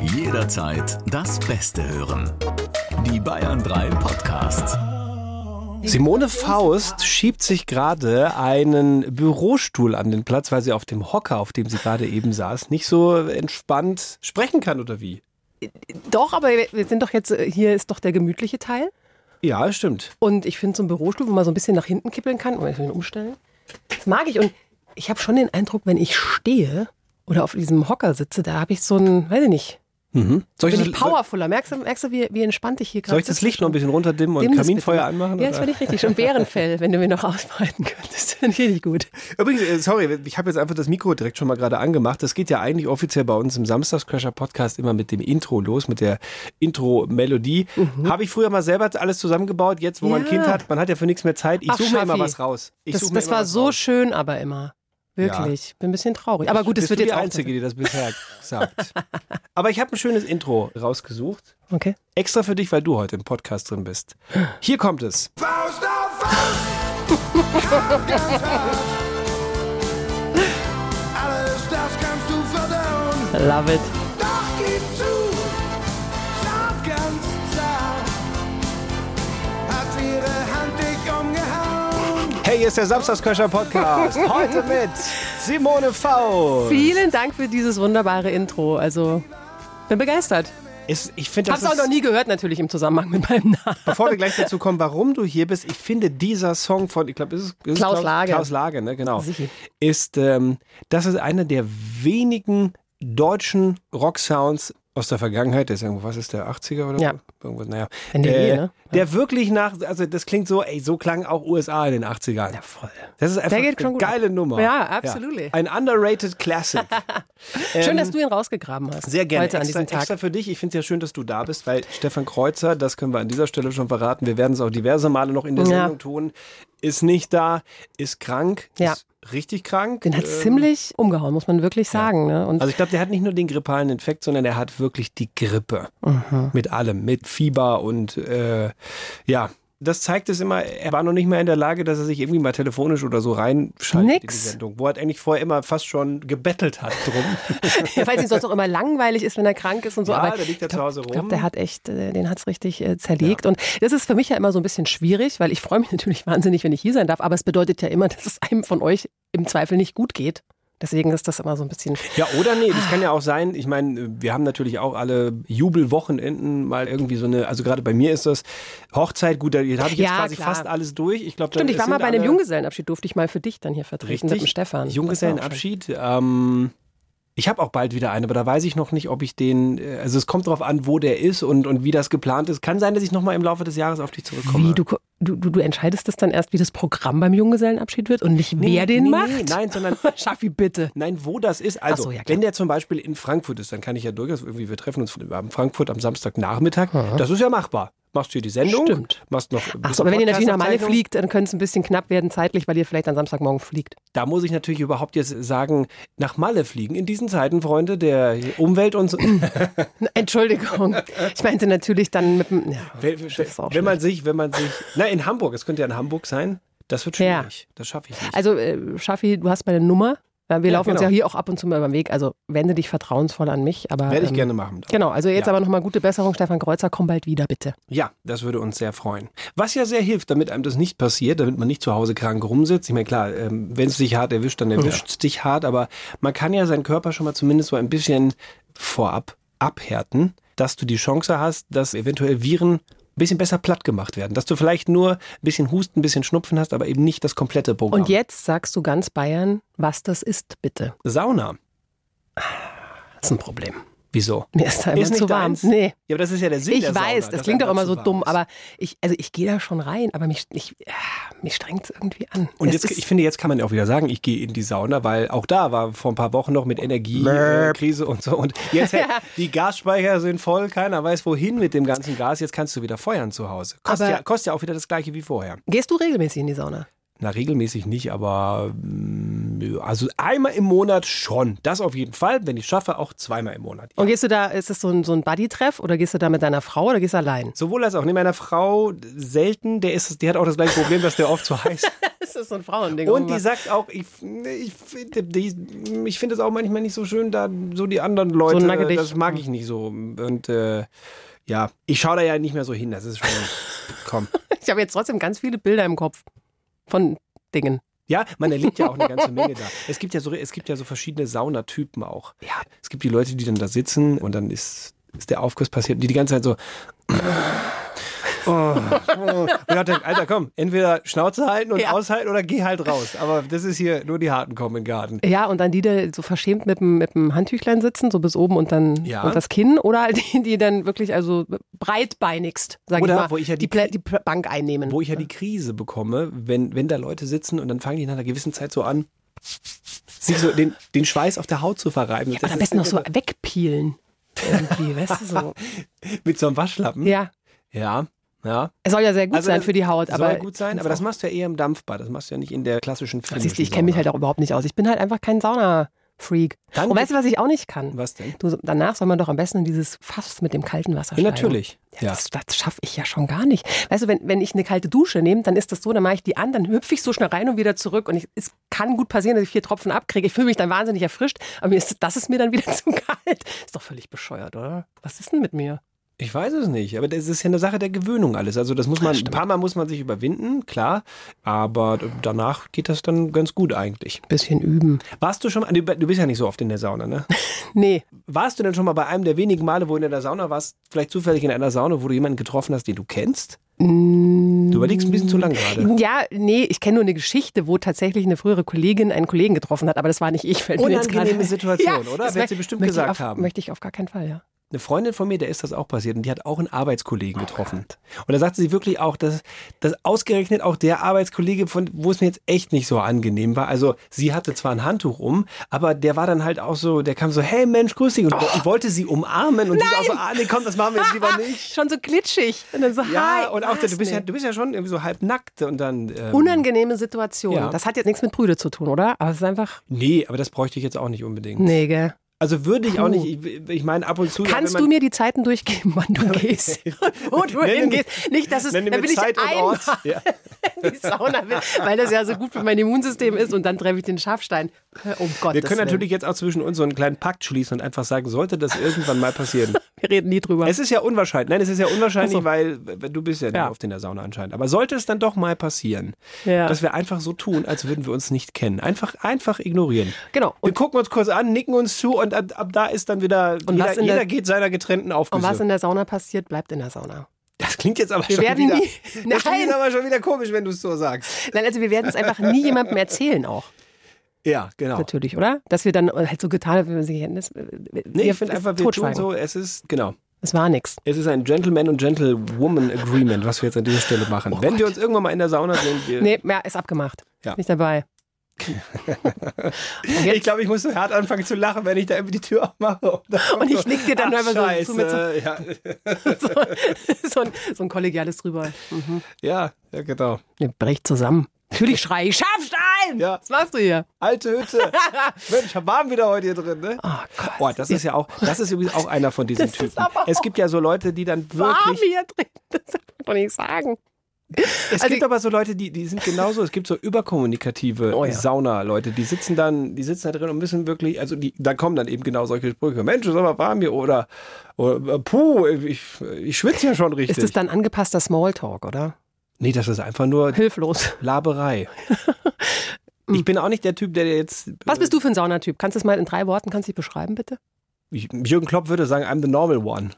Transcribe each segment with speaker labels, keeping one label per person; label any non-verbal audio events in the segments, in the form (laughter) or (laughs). Speaker 1: Jederzeit das Beste hören. Die Bayern 3 Podcasts.
Speaker 2: Simone Faust schiebt sich gerade einen Bürostuhl an den Platz, weil sie auf dem Hocker, auf dem sie gerade eben saß, nicht so entspannt sprechen kann oder wie?
Speaker 3: Doch, aber wir sind doch jetzt, äh, hier ist doch der gemütliche Teil.
Speaker 2: Ja, stimmt.
Speaker 3: Und ich finde so einen Bürostuhl, wo man so ein bisschen nach hinten kippeln kann, oder den umstellen. Das mag ich. Und ich habe schon den Eindruck, wenn ich stehe oder auf diesem Hocker sitze, da habe ich so ein, weiß ich nicht,
Speaker 2: Mhm. Soll
Speaker 3: bin
Speaker 2: ich
Speaker 3: ich
Speaker 2: das-
Speaker 3: powerfuller. Merkst du, merkst du wie, wie entspannt ich hier gerade
Speaker 2: Soll ich das Licht noch ein bisschen runterdimmen und
Speaker 3: Dimm das
Speaker 2: Kaminfeuer
Speaker 3: bitte.
Speaker 2: anmachen?
Speaker 3: Ja, das
Speaker 2: oder?
Speaker 3: finde ich richtig. Und Bärenfell, wenn du mir noch ausbreiten könntest, (laughs) finde ich richtig gut.
Speaker 2: Übrigens, äh, sorry, ich habe jetzt einfach das Mikro direkt schon mal gerade angemacht. Das geht ja eigentlich offiziell bei uns im Samstagscrasher-Podcast immer mit dem Intro los, mit der Intro-Melodie. Habe ich früher mal selber alles zusammengebaut. Jetzt, wo man ein
Speaker 3: Mhm. Ja.
Speaker 2: Kind hat, man hat ja für nichts mehr Zeit. Ich
Speaker 3: Ach,
Speaker 2: suche mir immer
Speaker 3: Schaffi.
Speaker 2: was raus. Ich
Speaker 3: Das,
Speaker 2: suche mir
Speaker 3: das
Speaker 2: immer
Speaker 3: war
Speaker 2: was
Speaker 3: so
Speaker 2: raus.
Speaker 3: schön, aber immer. Wirklich. Bin ein bisschen traurig. Aber gut,
Speaker 2: Bist
Speaker 3: es wird
Speaker 2: du
Speaker 3: jetzt
Speaker 2: die Einzige, die das
Speaker 3: (laughs)
Speaker 2: bisher sagt. Aber ich habe ein schönes Intro rausgesucht.
Speaker 3: auch. Okay.
Speaker 2: Extra für dich, weil du heute im Podcast drin bist. Hier kommt es.
Speaker 4: Faust auf Faust! ganz hart. Alles das kannst du verdauen.
Speaker 3: Love it.
Speaker 4: Doch gib zu, zart, ganz zart. Hat ihre Hand dich umgehauen.
Speaker 2: Hey, hier ist der Samstagsköcher
Speaker 3: (laughs)
Speaker 2: Podcast. Heute mit Simone V.
Speaker 3: Vielen Dank für dieses wunderbare Intro. Also, bin begeistert.
Speaker 2: Ist, ich finde, das
Speaker 3: Hab's auch
Speaker 2: ist-
Speaker 3: noch nie gehört, natürlich im Zusammenhang mit meinem Namen.
Speaker 2: Bevor wir gleich dazu kommen, warum du hier bist, ich finde dieser Song von, ich glaube, ist es ist es
Speaker 3: Klaus Lage.
Speaker 2: Klaus Lage, ne, genau.
Speaker 3: Sicher.
Speaker 2: Ist, ähm, das ist einer der wenigen deutschen Rock-Sounds aus der Vergangenheit. Der ist irgendwo, was ist der 80er oder
Speaker 3: Ja.
Speaker 2: so? irgendwas? Naja.
Speaker 3: Wenn der eh, ne?
Speaker 2: Äh, Der wirklich nach, also das klingt so, ey, so klang auch USA in den 80ern. Ja, voll. Das ist einfach
Speaker 3: Der geht schon
Speaker 2: eine
Speaker 3: gut
Speaker 2: geile Nummer.
Speaker 3: Ja, absolutely.
Speaker 2: Ein underrated Classic.
Speaker 3: Schön, dass du ihn rausgegraben hast.
Speaker 2: Ähm, Sehr gerne.
Speaker 3: Heute an
Speaker 2: extra,
Speaker 3: diesem Tag.
Speaker 2: extra für dich. Ich finde es ja schön, dass du da bist, weil Stefan Kreuzer, das können wir an dieser Stelle schon verraten, wir werden es auch diverse Male noch in der
Speaker 3: Ja.
Speaker 2: Sendung tun, ist nicht da, ist krank,
Speaker 3: Ja.
Speaker 2: ist richtig krank.
Speaker 3: Den hat
Speaker 2: Ähm,
Speaker 3: ziemlich umgehauen, muss man wirklich sagen. Ne? Und (laughs)
Speaker 2: Also ich glaube, der hat nicht nur den grippalen Infekt, sondern er hat wirklich die Grippe.
Speaker 3: Mhm.
Speaker 2: Mit allem, mit Fieber und äh, ja. Das zeigt es immer, er war noch nicht mehr in der Lage, dass er sich irgendwie mal telefonisch oder so reinschaltet in die
Speaker 3: Nix.
Speaker 2: Sendung, wo er eigentlich vorher immer fast schon gebettelt hat
Speaker 3: (laughs)
Speaker 2: drum.
Speaker 3: Ja, weil es ihm sonst auch immer langweilig ist, wenn er krank ist und so.
Speaker 2: Ja,
Speaker 3: aber
Speaker 2: der liegt ja
Speaker 3: ich glaub-
Speaker 2: zu Hause
Speaker 3: Ich glaube,
Speaker 2: rum.
Speaker 3: der hat echt, äh, den hat's richtig äh, zerlegt. Und das ist für mich ja immer so ein bisschen schwierig, weil ich freue mich (laughs) natürlich wahnsinnig, wenn ich hier sein darf. Aber es bedeutet ja immer, (laughs) dass es einem von euch im Zweifel nicht gut geht. Deswegen ist das immer so ein bisschen.
Speaker 2: Ja, oder nee, das kann ja auch sein. Ich meine, wir haben natürlich auch alle Jubelwochenenden mal irgendwie so eine, also gerade bei mir ist das Hochzeit, gut, da habe ich jetzt
Speaker 3: Ja,
Speaker 2: quasi
Speaker 3: klar.
Speaker 2: fast alles durch. Ich glaube,
Speaker 3: Stimmt, ich war mal bei einem
Speaker 2: Jungen
Speaker 3: Junggesellenabschied, durfte ich mal für dich dann hier vertreten mit dem
Speaker 2: Richtig,
Speaker 3: Stefan.
Speaker 2: Junggesellenabschied. Ähm, ich habe auch bald wieder einen, aber da weiß ich noch nicht, ob ich den, äh, also es kommt drauf an, wo der ist und, und wie das geplant ist. Kann sein, dass ich nochmal im Laufe des Jahres auf dich zurückkomme.
Speaker 3: Wie, du, ko- du, du, du entscheidest das dann erst, wie das Programm beim Junggesellenabschied wird und nicht wer den
Speaker 2: nee,
Speaker 3: macht?
Speaker 2: Nee, nein,
Speaker 3: (laughs)
Speaker 2: sondern
Speaker 3: Schaffi, bitte.
Speaker 2: Nein, wo das ist. Also,
Speaker 3: so, ja, klar.
Speaker 2: wenn der zum Beispiel in Frankfurt ist, dann kann ich ja durchaus irgendwie, wir treffen uns in Frankfurt am Samstagnachmittag. Das ist ja machbar. Machst hier die Sendung,
Speaker 3: Stimmt.
Speaker 2: machst noch.
Speaker 3: Ach
Speaker 2: machst
Speaker 3: so,
Speaker 2: noch
Speaker 3: aber wenn ihr natürlich nach Malle
Speaker 2: Podcast-Aufzeichnung.
Speaker 3: fliegt, dann könnte es ein bisschen knapp werden zeitlich, weil ihr vielleicht am Samstagmorgen fliegt. (laughs)
Speaker 2: Da muss ich natürlich überhaupt jetzt sagen, nach Malle fliegen in diesen Zeiten, Freunde, der Umwelt und so.
Speaker 3: Entschuldigung. Ich meinte natürlich dann mit dem. Ja,
Speaker 2: wenn,
Speaker 3: Schiff ist auch
Speaker 2: wenn man sich, wenn man sich. Na, in Hamburg, es könnte ja in Hamburg sein. Das wird
Speaker 3: Ja.
Speaker 2: schwierig. Das schaffe ich nicht.
Speaker 3: also, äh, Schaffi, du hast meine Nummer. Ja, Wir
Speaker 2: Ja,
Speaker 3: laufen uns
Speaker 2: genau.
Speaker 3: ja hier auch ab und zu mal über den Weg. Also wende dich vertrauensvoll an mich. Aber,
Speaker 2: Werde ich
Speaker 3: ähm,
Speaker 2: gerne machen.
Speaker 3: Genau, also jetzt
Speaker 2: Ja.
Speaker 3: aber nochmal gute Besserung, Stefan Kreuzer, komm bald wieder, bitte.
Speaker 2: Ja, das würde uns sehr freuen. Was ja sehr hilft, damit einem das nicht passiert, damit man nicht zu Hause krank rumsitzt. Ich meine, klar, ähm, wenn es dich hart erwischt, dann erwischt es dich hart, aber man kann ja seinen Körper schon mal zumindest so ein bisschen vorab abhärten, dass du die Chance hast, dass eventuell Viren ein bisschen besser platt gemacht werden. Dass du vielleicht nur ein bisschen Husten, ein bisschen Schnupfen hast, aber eben nicht das komplette Programm.
Speaker 3: Und jetzt sagst du ganz Bayern, was das ist, bitte.
Speaker 2: Sauna.
Speaker 3: Das ist ein Problem.
Speaker 2: Wieso?
Speaker 3: Mir ist da immer
Speaker 2: Ist nicht
Speaker 3: zu warm.
Speaker 2: deins?
Speaker 3: Nee.
Speaker 2: Ja, aber das ist ja der Sinn
Speaker 3: Ich
Speaker 2: der
Speaker 3: weiß,
Speaker 2: Sauna,
Speaker 3: das
Speaker 2: dass
Speaker 3: klingt doch
Speaker 2: einem
Speaker 3: immer
Speaker 2: zu
Speaker 3: so
Speaker 2: warm
Speaker 3: dumm,
Speaker 2: ist.
Speaker 3: aber ich, also ich gehe da schon rein, aber mich, ich, ah, mich strengt es irgendwie an.
Speaker 2: Und
Speaker 3: Es
Speaker 2: jetzt,
Speaker 3: ist-
Speaker 2: ich finde, jetzt kann man auch wieder sagen, ich gehe in die Sauna, weil auch da war vor ein paar Wochen noch mit Energiekrise äh, Krise und so. Und jetzt,
Speaker 3: (laughs)
Speaker 2: hey, die Gasspeicher sind voll, keiner weiß wohin mit dem ganzen Gas. Jetzt kannst du wieder feuern zu Hause. Kostet,
Speaker 3: Aber-
Speaker 2: ja, kostet ja auch wieder das gleiche wie vorher.
Speaker 3: gehst du regelmäßig in die Sauna?
Speaker 2: Na, regelmäßig nicht, aber mm, nö. Also einmal im Monat schon. Das auf jeden Fall. Wenn ich schaffe, auch zweimal im Monat.
Speaker 3: Und gehst du da, ist das so ein, so ein Buddy-Treff oder gehst du da mit deiner Frau oder gehst
Speaker 2: (laughs)
Speaker 3: du allein?
Speaker 2: Sowohl als auch. Ne, meiner Frau selten. Der ist, die hat auch das gleiche Problem, dass der oft zu heiß ist.
Speaker 3: Das ist so ein Frauending.
Speaker 2: Und die
Speaker 3: irgendwas.
Speaker 2: sagt auch, ich, ich, finde- die- ich finde es auch manchmal nicht so schön, da so die anderen Leute,
Speaker 3: So nackig.
Speaker 2: das mag ich nicht so. Und äh, ja, ich schaue da ja nicht mehr so hin, das ist
Speaker 3: (laughs)
Speaker 2: schon, komm.
Speaker 3: ich habe jetzt trotzdem ganz viele Bilder im Kopf von Dingen.
Speaker 2: Ja, man erlebt ja auch eine ganze Menge da. Es gibt ja so, es gibt ja so verschiedene Saunatypen auch.
Speaker 3: Ja.
Speaker 2: Es gibt die Leute, die dann da sitzen und dann ist, ist der Aufguss passiert und die die ganze Zeit
Speaker 3: (laughs)
Speaker 2: so. Oh, oh. Ja, denk, Alter, komm, entweder Schnauze halten und
Speaker 3: Ja.
Speaker 2: aushalten oder geh halt raus. Aber das ist hier nur die Harten kommen in den Garten.
Speaker 3: Ja, und dann die, die so verschämt mit dem, mit dem Handtüchlein sitzen, so bis oben und dann
Speaker 2: Ja.
Speaker 3: und das Kinn. Oder halt die, die dann wirklich also breitbeinigst, sag
Speaker 2: Oder
Speaker 3: ich mal,
Speaker 2: wo ich ja die-
Speaker 3: die, Plä- die Pl- Bank einnehmen.
Speaker 2: Wo ich ja die Krise bekomme, wenn, wenn da Leute sitzen und dann fangen die nach einer gewissen Zeit so an, sich so den, den Schweiß auf der Haut zu verreiben.
Speaker 3: Oder Also am besten noch so wegpeelen. Irgendwie, weißt du so.
Speaker 2: (laughs) mit so einem Waschlappen.
Speaker 3: Ja.
Speaker 2: ja. ja.
Speaker 3: Es soll ja sehr gut sein
Speaker 2: das
Speaker 3: für die Haut.
Speaker 2: Also Soll
Speaker 3: aber
Speaker 2: gut sein,
Speaker 3: ich
Speaker 2: aber das
Speaker 3: find's
Speaker 2: machst du ja eher im Dampfbad. Das machst du ja nicht in der klassischen
Speaker 3: auch-
Speaker 2: Film.
Speaker 3: Siehst du, ich kenne mich halt auch überhaupt nicht aus. Ich bin halt einfach kein Sauna-Freak.
Speaker 2: Dann-
Speaker 3: Und weißt du, was ich auch nicht kann?
Speaker 2: Was denn?
Speaker 3: Du, danach soll man doch am besten in dieses Fass mit dem kalten Wasser
Speaker 2: Ja,
Speaker 3: steigen.
Speaker 2: natürlich.
Speaker 3: Ja, Das, das schaffe ich ja schon gar nicht. Weißt du, wenn, wenn ich eine kalte Dusche nehme, dann ist das so, dann mache ich die an, dann hüpfe ich so schnell rein und wieder zurück. Und ich, es kann gut passieren, dass ich vier Tropfen abkriege. Ich fühle mich dann wahnsinnig erfrischt, aber mir ist, das ist mir dann wieder (laughs) zu kalt. Ist doch völlig bescheuert, oder? Was ist denn mit mir?
Speaker 2: Ich weiß es nicht, aber das ist ja eine Sache der Gewöhnung alles. Also das muss man, ein paar Mal muss man sich überwinden, klar, aber danach geht das dann ganz gut eigentlich.
Speaker 3: Bisschen üben.
Speaker 2: Warst du schon mal, du du bist ja nicht so oft in der Sauna, ne?
Speaker 3: Nee,
Speaker 2: Warst du denn schon mal bei einem der wenigen Male, wo du in der Sauna warst, vielleicht zufällig in einer Sauna, wo du jemanden getroffen hast, den du kennst?
Speaker 3: Mm.
Speaker 2: Du überlegst ein bisschen zu lang gerade.
Speaker 3: Ja, nee, ich kenne nur eine Geschichte, wo tatsächlich eine frühere Kollegin einen Kollegen getroffen hat, aber das war nicht ich. Fällt mir jetzt gerade
Speaker 2: Unangenehme
Speaker 3: ein.
Speaker 2: Situation, oder?
Speaker 3: das
Speaker 2: Wird
Speaker 3: mö-
Speaker 2: sie bestimmt
Speaker 3: möchte ich
Speaker 2: gesagt
Speaker 3: auf,
Speaker 2: haben.
Speaker 3: Möchte ich auf gar keinen Fall, ja.
Speaker 2: Eine Freundin von mir, der ist das auch passiert und die hat auch einen Arbeitskollegen getroffen. und da sagte sie wirklich auch, dass, dass ausgerechnet auch der Arbeitskollege, von wo es mir jetzt echt nicht so angenehm war. Also sie hatte zwar ein Handtuch um, aber der war dann halt auch so, der kam so, hey Mensch, grüß dich und wo- wollte sie umarmen und sie war auch so, ah nee, komm, das machen wir jetzt lieber
Speaker 3: (laughs)
Speaker 2: nicht.
Speaker 3: Schon so glitschig. Und dann so,
Speaker 2: Ja,
Speaker 3: hi.
Speaker 2: und auch,
Speaker 3: was
Speaker 2: du bist ja,
Speaker 3: denn?
Speaker 2: du bist ja schon irgendwie so halb nackt und dann. Ähm,
Speaker 3: Unangenehme Situation.
Speaker 2: Ja.
Speaker 3: Das hat jetzt nichts mit Brüde zu tun, oder? Aber es ist einfach.
Speaker 2: Nee, aber das bräuchte ich jetzt auch nicht unbedingt.
Speaker 3: Nee, gell.
Speaker 2: Also würde ich auch
Speaker 3: Puh.
Speaker 2: nicht. Ich, ich meine, ab und zu. ja,
Speaker 3: Kannst
Speaker 2: wenn
Speaker 3: du
Speaker 2: man-
Speaker 3: mir die Zeiten durchgeben, (laughs) wann du
Speaker 2: (laughs)
Speaker 3: gehst? Wo du
Speaker 2: Nenne
Speaker 3: hingehst? Nicht, dass es.
Speaker 2: Nenne
Speaker 3: dann
Speaker 2: mir
Speaker 3: will ich
Speaker 2: Zeit und
Speaker 3: einmal (laughs)
Speaker 2: Ort. Ja.
Speaker 3: in die Sauna will, weil das ja so gut für mein Immunsystem ist und dann treffe ich den Schafstein. Um Gottes
Speaker 2: Wir können
Speaker 3: Willen.
Speaker 2: natürlich jetzt auch zwischen uns so einen kleinen Pakt schließen und einfach sagen, sollte das irgendwann mal
Speaker 3: (laughs)
Speaker 2: passieren.
Speaker 3: (laughs) Wir reden nie drüber.
Speaker 2: es ist ja unwahrscheinlich. Nein, es ist ja unwahrscheinlich,
Speaker 3: Ach so.
Speaker 2: weil äh, du bist ja, nicht
Speaker 3: Ja.
Speaker 2: oft in der Sauna anscheinend. Aber sollte es dann doch mal passieren,
Speaker 3: Ja.
Speaker 2: dass wir einfach so tun, als würden wir uns nicht kennen. Einfach, einfach ignorieren.
Speaker 3: Genau.
Speaker 2: wir
Speaker 3: Und-
Speaker 2: gucken uns kurz an, nicken uns zu und ab, ab da ist dann wieder
Speaker 3: Und
Speaker 2: jeder,
Speaker 3: was in
Speaker 2: jeder
Speaker 3: der-
Speaker 2: geht seiner getrennten
Speaker 3: und was
Speaker 2: Aufgabe.
Speaker 3: in der Sauna passiert, bleibt in der Sauna.
Speaker 2: Das klingt jetzt aber
Speaker 3: Wir
Speaker 2: schon
Speaker 3: werden
Speaker 2: wieder.
Speaker 3: nie-
Speaker 2: Das klingt
Speaker 3: Nein.
Speaker 2: aber schon wieder komisch, wenn du es so sagst.
Speaker 3: Nein, also wir werden es einfach nie jemandem erzählen auch.
Speaker 2: Ja, genau.
Speaker 3: Natürlich, oder? Dass wir dann halt so getan haben, wenn wir sie kennen. Das, äh,
Speaker 2: Nee,
Speaker 3: wir-
Speaker 2: ich finde
Speaker 3: das-
Speaker 2: einfach, wir tun
Speaker 3: totschweigen.
Speaker 2: so, es ist, genau.
Speaker 3: Es war nichts.
Speaker 2: Es ist ein Gentleman- und Gentlewoman-Agreement, was wir jetzt an dieser Stelle machen. Wenn wir uns irgendwann mal in der Sauna sehen, wir,
Speaker 3: Oh Nee, ja, ist abgemacht.
Speaker 2: Ja.
Speaker 3: Nicht dabei.
Speaker 2: (laughs) ich glaube, ich muss so hart anfangen zu lachen, wenn ich da irgendwie die Tür aufmache. Und, dann-
Speaker 3: (laughs) Und ich nick dir dann
Speaker 2: Ach,
Speaker 3: einfach so um zu mit so-
Speaker 2: Scheiße. ja.
Speaker 3: So, (laughs) so, ein, so ein kollegiales drüber. Mhm.
Speaker 2: ja, ja, genau.
Speaker 3: Ne, Bricht zusammen. Natürlich schrei ich, Schafstein!
Speaker 2: Ja.
Speaker 3: Was machst
Speaker 2: (laughs)
Speaker 3: du hier?
Speaker 2: Alte
Speaker 3: (laughs)
Speaker 2: Hütte. Mensch, warm wieder heute hier drin, ne?
Speaker 3: Oh Gott.
Speaker 2: Boah, das ist ja auch, das ist übrigens auch einer von diesen
Speaker 3: Das ist
Speaker 2: Typen.
Speaker 3: aber auch-
Speaker 2: Es gibt ja so Leute, die dann
Speaker 3: warm
Speaker 2: wirklich
Speaker 3: hier drin. Das darf man doch nicht sagen.
Speaker 2: Es
Speaker 3: Also-
Speaker 2: gibt aber so Leute, die, die sind genauso, es gibt so überkommunikative
Speaker 3: Oh ja.
Speaker 2: Sauna-Leute, die sitzen dann, die sitzen da drin und müssen wirklich, also die, da kommen dann eben genau solche Sprüche. Mensch, ist aber warm hier oder, oder äh, puh, ich, ich schwitze ja schon richtig.
Speaker 3: Ist das dann angepasster Smalltalk, oder?
Speaker 2: nee, das ist einfach nur
Speaker 3: Hilflos. (laughs)
Speaker 2: Laberei. ich bin auch nicht der Typ, der jetzt.
Speaker 3: Hm. Was bist du für ein Saunatyp? Kannst du es mal in drei Worten kannst du dich beschreiben, bitte?
Speaker 2: Jürgen Klopp würde sagen, I'm the normal one.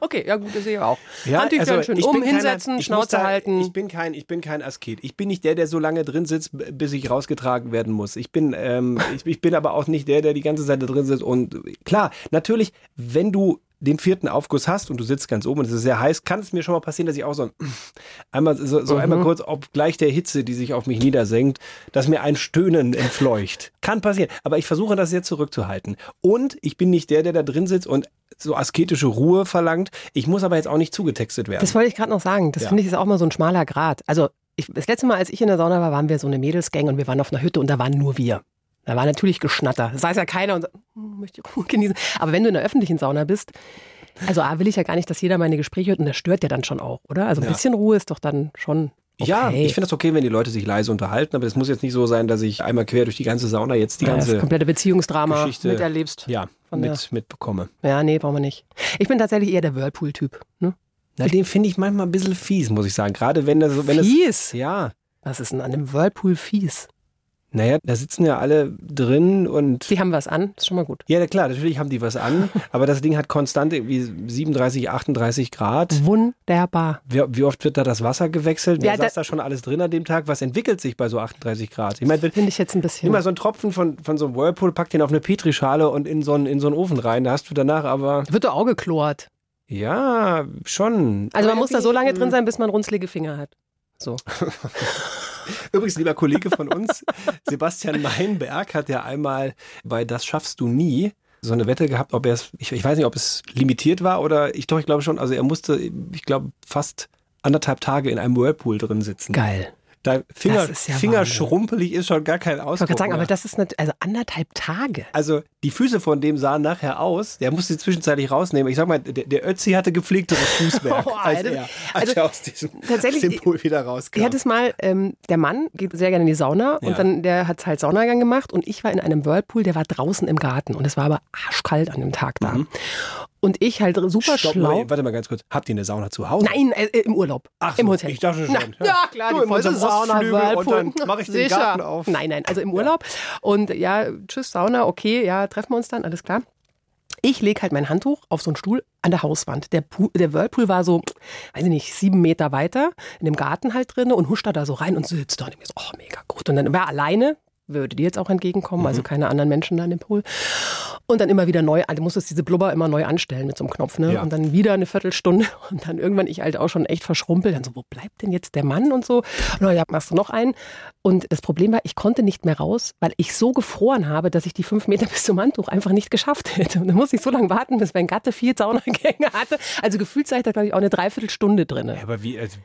Speaker 3: Okay, ja gut, das sehe ich auch.
Speaker 2: Ja, also
Speaker 3: Handtüchlein schön
Speaker 2: ich
Speaker 3: um,
Speaker 2: bin keiner-
Speaker 3: hinsetzen,
Speaker 2: ich muss
Speaker 3: Schnauze
Speaker 2: da,
Speaker 3: halten.
Speaker 2: Ich bin, kein, ich bin kein Asket. Ich bin nicht der, der so lange drin sitzt, b- bis ich rausgetragen werden muss. Ich bin,
Speaker 3: (laughs)
Speaker 2: ähm, ich, ich bin aber auch nicht der, der die ganze Zeit da drin sitzt. Und klar, natürlich, wenn du den vierten Aufguss hast und du sitzt ganz oben und es ist sehr heiß, kann es mir schon mal passieren, dass ich auch so ein einmal so,
Speaker 3: Mhm.
Speaker 2: so einmal kurz, obgleich der Hitze, die sich auf mich niedersenkt, dass mir ein Stöhnen entfleucht. Kann passieren. Aber ich versuche das jetzt zurückzuhalten. Und ich bin nicht der, der da drin sitzt und so asketische Ruhe verlangt. Ich muss aber jetzt auch nicht zugetextet werden.
Speaker 3: Das wollte ich gerade noch sagen. Das
Speaker 2: Ja.
Speaker 3: finde ich ist auch mal so ein schmaler Grad. Also ich, das letzte Mal, als ich in der Sauna war, waren wir so eine Mädelsgang und wir waren auf einer Hütte und da waren nur wir. Da war natürlich Geschnatter. Da saß ja keiner und so, "Hm, möchte die Ruhe genießen. Aber wenn du in der öffentlichen Sauna bist, also A, will ich ja gar nicht, dass jeder meine Gespräche hört und das stört ja dann schon auch, oder? Also ein
Speaker 2: Ja.
Speaker 3: bisschen Ruhe ist doch dann schon. Okay.
Speaker 2: Ja, ich finde das okay, wenn die Leute sich leise unterhalten, aber das muss jetzt nicht so sein, dass ich einmal quer durch die ganze Sauna jetzt die
Speaker 3: Ja, das
Speaker 2: ganze
Speaker 3: komplette Beziehungsdrama
Speaker 2: Geschichte-
Speaker 3: miterlebst.
Speaker 2: ja,
Speaker 3: Von
Speaker 2: mit, mitbekomme.
Speaker 3: Ja, nee, brauchen wir nicht. Ich bin tatsächlich eher der Whirlpool-Typ. Ne?
Speaker 2: Na, den finde ich manchmal ein bisschen fies, muss ich sagen. Gerade wenn das, wenn das,
Speaker 3: Fies?
Speaker 2: ja,
Speaker 3: Was ist denn an dem Whirlpool fies?
Speaker 2: naja, da sitzen ja alle drin und
Speaker 3: Die haben was an, ist schon mal gut.
Speaker 2: ja, na klar, natürlich haben die was
Speaker 3: (laughs)
Speaker 2: an, aber das Ding hat konstant irgendwie 37, 38 Grad.
Speaker 3: Wunderbar.
Speaker 2: Wie, wie oft wird da das Wasser gewechselt? Wer
Speaker 3: Ja,
Speaker 2: saß
Speaker 3: da-
Speaker 2: da schon alles drin an dem Tag? Was entwickelt sich bei so 38 Grad? Ich meine, wenn-
Speaker 3: Finde ich jetzt ein bisschen.
Speaker 2: Nimm mal so einen Tropfen von, von so einem Whirlpool, pack den auf eine Petrischale und in so einen, in so einen Ofen rein. Da hast du danach aber.
Speaker 3: Wird doch auch geklort.
Speaker 2: Ja, schon.
Speaker 3: Also
Speaker 2: Aber
Speaker 3: man muss da so lange
Speaker 2: irgendwie- äh,
Speaker 3: drin sein, bis man runzlige Finger hat. So.
Speaker 2: Übrigens, lieber Kollege von
Speaker 3: (laughs)
Speaker 2: uns, Sebastian Meinberg hat ja einmal bei Das schaffst du nie so eine Wette gehabt, ob er es, ich, ich weiß nicht, ob es limitiert war oder ich doch, ich glaube schon, also er musste, ich glaube, fast anderthalb Tage in einem Whirlpool drin sitzen.
Speaker 3: Geil.
Speaker 2: Da Finger,
Speaker 3: Das ist ja
Speaker 2: Finger
Speaker 3: Wahnsinn.
Speaker 2: schrumpelig ist schon gar kein
Speaker 3: Ich wollte
Speaker 2: Ausdruck.
Speaker 3: gerade sagen,
Speaker 2: mehr.
Speaker 3: aber das ist natürlich, also anderthalb Tage.
Speaker 2: Also die Füße von dem sahen nachher aus. Der musste sie zwischenzeitlich rausnehmen. Ich sag mal, der, der Ötzi hatte gepflegtere Fußwerk
Speaker 3: (laughs) Oh,
Speaker 2: als
Speaker 3: Alter.
Speaker 2: er, als
Speaker 3: Also,
Speaker 2: er aus diesem,
Speaker 3: tatsächlich,
Speaker 2: aus dem Pool wieder rauskam.
Speaker 3: Ich hatte es mal, ähm, der Mann geht sehr gerne in die Sauna und
Speaker 2: Ja.
Speaker 3: dann der hat halt Saunagang gemacht und ich war in einem Whirlpool, der war draußen im Garten und es war aber arschkalt an dem Tag da. Und ich halt super
Speaker 2: Mhm. Stopp,
Speaker 3: schlau.
Speaker 2: Moment, warte mal ganz kurz. Habt ihr eine Sauna zu Hause?
Speaker 3: Nein, äh, im Urlaub.
Speaker 2: Ach
Speaker 3: Im
Speaker 2: so,
Speaker 3: Hotel.
Speaker 2: ich dachte schon.
Speaker 3: Na, ja, klar,
Speaker 2: Du,
Speaker 3: die
Speaker 2: in
Speaker 3: volle
Speaker 2: unserem
Speaker 3: Sauna,
Speaker 2: Ostflügel und
Speaker 3: Whirlpool. (laughs)
Speaker 2: dann mach ich den
Speaker 3: Sicher.
Speaker 2: Garten auf.
Speaker 3: Nein, nein, also im Urlaub. Und ja, tschüss, Sauna, okay, ja, treffen wir uns dann, alles klar. Ich lege halt mein Handtuch auf so einen Stuhl an der Hauswand. Der, Pool, der Whirlpool war so, weiß ich nicht, sieben Meter weiter, in dem Garten halt drin und huscht da, da so rein und sitzt da. Und ich mir so, oh, mega gut. Und dann war alleine, würde dir jetzt auch entgegenkommen,
Speaker 2: Mhm.
Speaker 3: also keine anderen Menschen da in dem Pool. Und dann immer wieder neu, also musstest diese Blubber immer neu anstellen mit so einem Knopf, ne?
Speaker 2: Ja.
Speaker 3: Und dann wieder eine Viertelstunde (laughs) und dann irgendwann ich halt auch schon echt verschrumpelt. Dann so, wo bleibt denn jetzt der Mann und so? Und dann, ja, machst du noch einen. Und das Problem war, ich konnte nicht mehr raus, weil ich so gefroren habe, dass ich die fünf Meter (laughs) bis zum Handtuch einfach nicht geschafft hätte. Und dann musste ich so lange warten, bis mein Gatte vier Saunagänge hatte. Also gefühlt sei ich da, glaube ich, auch eine Dreiviertelstunde drin.
Speaker 2: Ja, aber wie, also,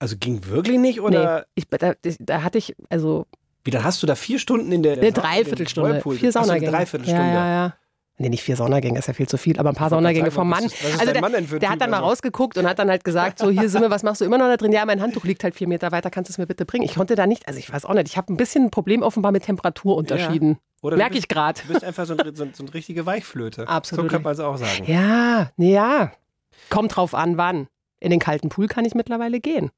Speaker 2: also ging wirklich nicht? Oder
Speaker 3: nee, ich, da, da hatte ich, also
Speaker 2: wie, dann hast du da vier Stunden in der
Speaker 3: Eine
Speaker 2: Sauna- im
Speaker 3: Dreiviertelstunde.
Speaker 2: Whirlpool-
Speaker 3: Vier
Speaker 2: Ach so, eine
Speaker 3: Saunagänge.
Speaker 2: Dreiviertelstunde.
Speaker 3: Ja, ja, ja. Nee, nicht vier Saunagänge, ist ja viel zu viel, aber ein paar Saunagänge
Speaker 2: sagen,
Speaker 3: vom
Speaker 2: was
Speaker 3: Mann.
Speaker 2: ist- was ist
Speaker 3: also
Speaker 2: dein
Speaker 3: der,
Speaker 2: Mann denn für ein
Speaker 3: der
Speaker 2: Typ?
Speaker 3: hat dann mal
Speaker 2: Also-
Speaker 3: rausgeguckt und hat dann halt gesagt, so hier Simme, was machst du immer noch da drin? Ja, mein Handtuch liegt halt vier Meter weiter, kannst du es mir bitte bringen? Ich konnte da nicht, also ich weiß auch nicht, ich habe ein bisschen ein Problem offenbar mit Temperaturunterschieden.
Speaker 2: Oder du
Speaker 3: Merke
Speaker 2: bist-
Speaker 3: ich gerade.
Speaker 2: Du bist einfach so eine so, ein- so eine richtige Weichflöte.
Speaker 3: Absolut.
Speaker 2: So kann man es auch sagen.
Speaker 3: Ja, nee, ja. Kommt drauf an, wann. In den kalten Pool kann ich mittlerweile gehen.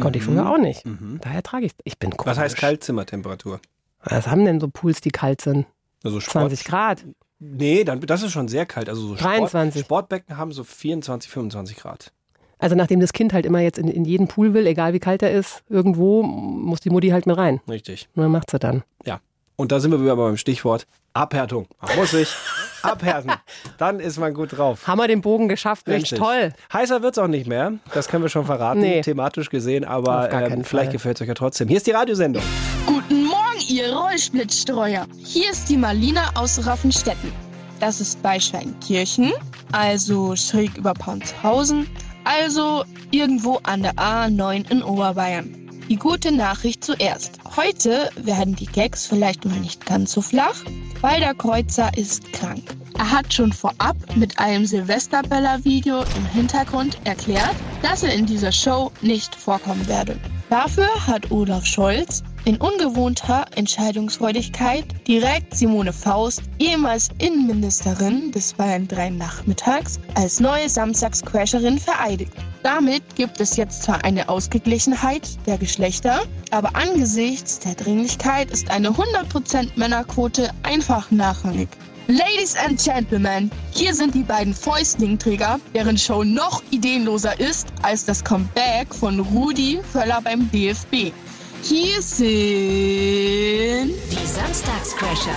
Speaker 3: Konnte ich
Speaker 2: Mhm.
Speaker 3: früher auch nicht.
Speaker 2: Mhm.
Speaker 3: Daher trage ich Ich bin komisch.
Speaker 2: Was heißt Kaltzimmertemperatur?
Speaker 3: Was haben denn so Pools, die kalt sind?
Speaker 2: Also Sport-
Speaker 3: 20 Grad.
Speaker 2: Nee, dann, das ist schon sehr kalt. Also so Sport-
Speaker 3: 23.
Speaker 2: Sportbecken haben so 24, 25 Grad.
Speaker 3: Also nachdem das Kind halt immer jetzt in, in jeden Pool will, egal wie kalt er ist, irgendwo muss die Mutti halt mit rein.
Speaker 2: Richtig.
Speaker 3: Und dann macht sie dann.
Speaker 2: Ja. Und da sind wir wieder beim Stichwort Abhärtung. Man muss
Speaker 3: (laughs)
Speaker 2: sich abhärten. Dann ist man gut drauf.
Speaker 3: Haben wir den Bogen geschafft, Mensch,
Speaker 2: Richtig.
Speaker 3: toll.
Speaker 2: Heißer wird es auch nicht mehr. Das können wir schon verraten,
Speaker 3: Nee.
Speaker 2: thematisch gesehen.
Speaker 3: Auf
Speaker 2: Aber
Speaker 3: gar keinen
Speaker 2: ähm, vielleicht
Speaker 3: Fall.
Speaker 2: gefällt es euch ja trotzdem. Hier ist die Radiosendung.
Speaker 5: Guten Morgen, ihr Rollsplittstreuer. Hier ist die Marlina aus Raffenstetten. Das ist bei Schweinkirchen, also schräg über Paunshausen, also irgendwo an der A9 in Oberbayern. Die gute Nachricht zuerst. Heute werden die Gags vielleicht mal nicht ganz so flach, weil der Kreuzer ist krank. Er hat schon vorab mit einem Silvesterbella-Video im Hintergrund erklärt, dass er in dieser Show nicht vorkommen werde. Dafür hat Olaf Scholz in ungewohnter Entscheidungsfreudigkeit direkt Simone Faust, ehemals Innenministerin bis Bayern 3 nachmittags, als neue Samstagscrasherin vereidigt. Damit gibt es jetzt zwar eine Ausgeglichenheit der Geschlechter, aber angesichts der Dringlichkeit ist eine 100% Männerquote einfach nachrangig. Ladies and Gentlemen, hier sind die beiden Fäustlingträger, deren Show noch ideenloser ist als das Comeback von Rudi Völler beim DFB. Hier sind
Speaker 6: Die Samstagscrasher.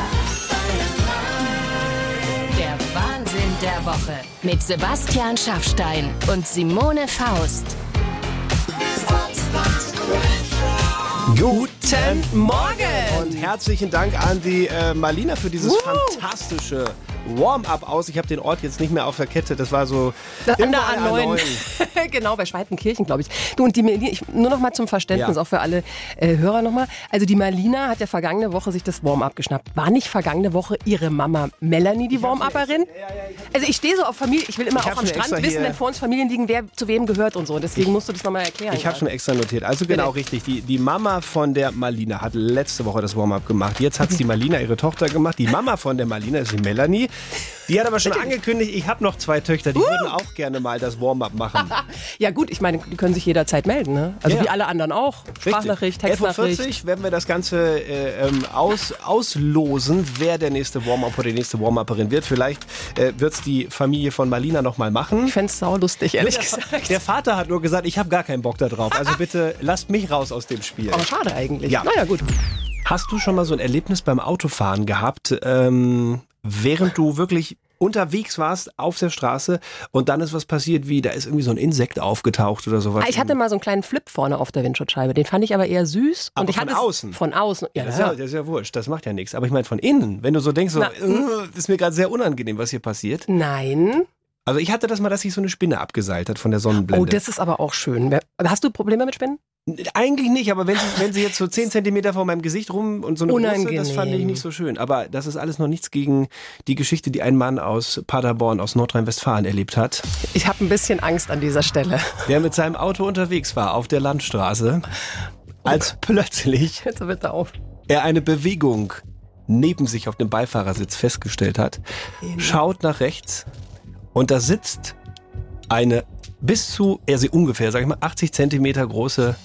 Speaker 6: Der Wahnsinn der Woche. Mit Sebastian Schaffstein und Simone Faust.
Speaker 2: Guten Morgen! Und herzlichen Dank an die äh, Marlina für dieses fantastische Warm-up aus. Ich habe den Ort jetzt nicht mehr auf der Kette. Das war so
Speaker 3: Da- An der
Speaker 2: irgendwo an der
Speaker 3: A9. (laughs) genau, bei Schweitenkirchen, glaube ich. Du und die Melina, ich, nur noch mal zum Verständnis,
Speaker 2: Ja.
Speaker 3: auch für alle äh, Hörer nochmal. Also die Marlina hat ja vergangene Woche sich das Warm-up geschnappt. War nicht vergangene Woche ihre Mama Melanie die Warm-Upperin? Also ich stehe so auf Familie, ich will immer
Speaker 2: Ich
Speaker 3: auch
Speaker 2: hab's
Speaker 3: am
Speaker 2: mir
Speaker 3: Strand
Speaker 2: extra
Speaker 3: wissen,
Speaker 2: hier-
Speaker 3: wenn vor uns Familien liegen, wer zu wem gehört und so. Deswegen musst du das nochmal erklären.
Speaker 2: Ich habe schon extra notiert. Also genau richtig. Die, die Mama von der Marlina hat letzte Woche das Warm-up gemacht. Jetzt hat es die Marlina, ihre Tochter, gemacht. Die Mama von der Marlina ist die Melanie. Die hat aber schon angekündigt, ich habe noch zwei Töchter, die würden auch gerne mal das Warm-up machen.
Speaker 3: ja gut, ich meine, die können sich jederzeit melden, ne? Also
Speaker 2: Ja.
Speaker 3: wie alle anderen auch. (laughs) Sprachnachricht,
Speaker 2: Richtig.
Speaker 3: Textnachricht.
Speaker 2: 11.40 Uhr werden wir das Ganze äh, ähm, aus, auslosen, wer der nächste Warm-up oder die nächste Warm-Upperin wird. Vielleicht äh, wird es die Familie von Marlina nochmal machen.
Speaker 3: Ich fände es saulustig, ehrlich
Speaker 2: Der,
Speaker 3: gesagt.
Speaker 2: der Vater hat nur gesagt, ich habe gar keinen Bock da drauf. Also bitte lasst mich raus aus dem Spiel.
Speaker 3: Aber schade eigentlich.
Speaker 2: Ja.
Speaker 3: Naja, gut.
Speaker 2: Hast du schon mal so ein Erlebnis beim Autofahren gehabt, ähm, während du wirklich unterwegs warst auf der Straße und dann ist was passiert, wie da ist irgendwie so ein Insekt aufgetaucht oder sowas? Hm.
Speaker 3: Ah, Ich hatte mal so einen kleinen Flip vorne auf der Windschutzscheibe. Den fand ich aber eher süß.
Speaker 2: Aber
Speaker 3: und ich
Speaker 2: von
Speaker 3: hatte es-
Speaker 2: außen?
Speaker 3: Von außen. Ja,
Speaker 2: das, ist ja,
Speaker 3: ja.
Speaker 2: das ist ja wurscht, das macht ja nichts. Aber ich meine von innen, wenn du so denkst, so,
Speaker 3: Na, hm.
Speaker 2: "Äh, ist mir gerade sehr unangenehm, was hier passiert.
Speaker 3: Nein.
Speaker 2: Also ich hatte das mal, dass sich so eine Spinne abgeseilt hat von der Sonnenblende.
Speaker 3: Oh, das ist aber auch schön. Wer- Hast du Probleme mit Spinnen?
Speaker 2: Eigentlich nicht, aber wenn sie, wenn sie jetzt so
Speaker 3: (laughs)
Speaker 2: 10 Zentimeter vor meinem Gesicht rum und so eine große, das fand ich
Speaker 3: Unangenehm.
Speaker 2: nicht so schön. Aber das ist alles noch nichts gegen die Geschichte, die ein Mann aus Paderborn, aus Nordrhein-Westfalen erlebt hat,
Speaker 3: Ich habe ein bisschen Angst an dieser Stelle.
Speaker 2: der mit seinem Auto unterwegs war auf der Landstraße, als plötzlich
Speaker 3: (laughs) Jetzt bitte auf.
Speaker 2: er eine Bewegung neben sich auf dem Beifahrersitz festgestellt hat,
Speaker 3: Genau.
Speaker 2: schaut nach rechts und da sitzt eine bis zu, also ungefähr, sag ich mal, 80 Zentimeter große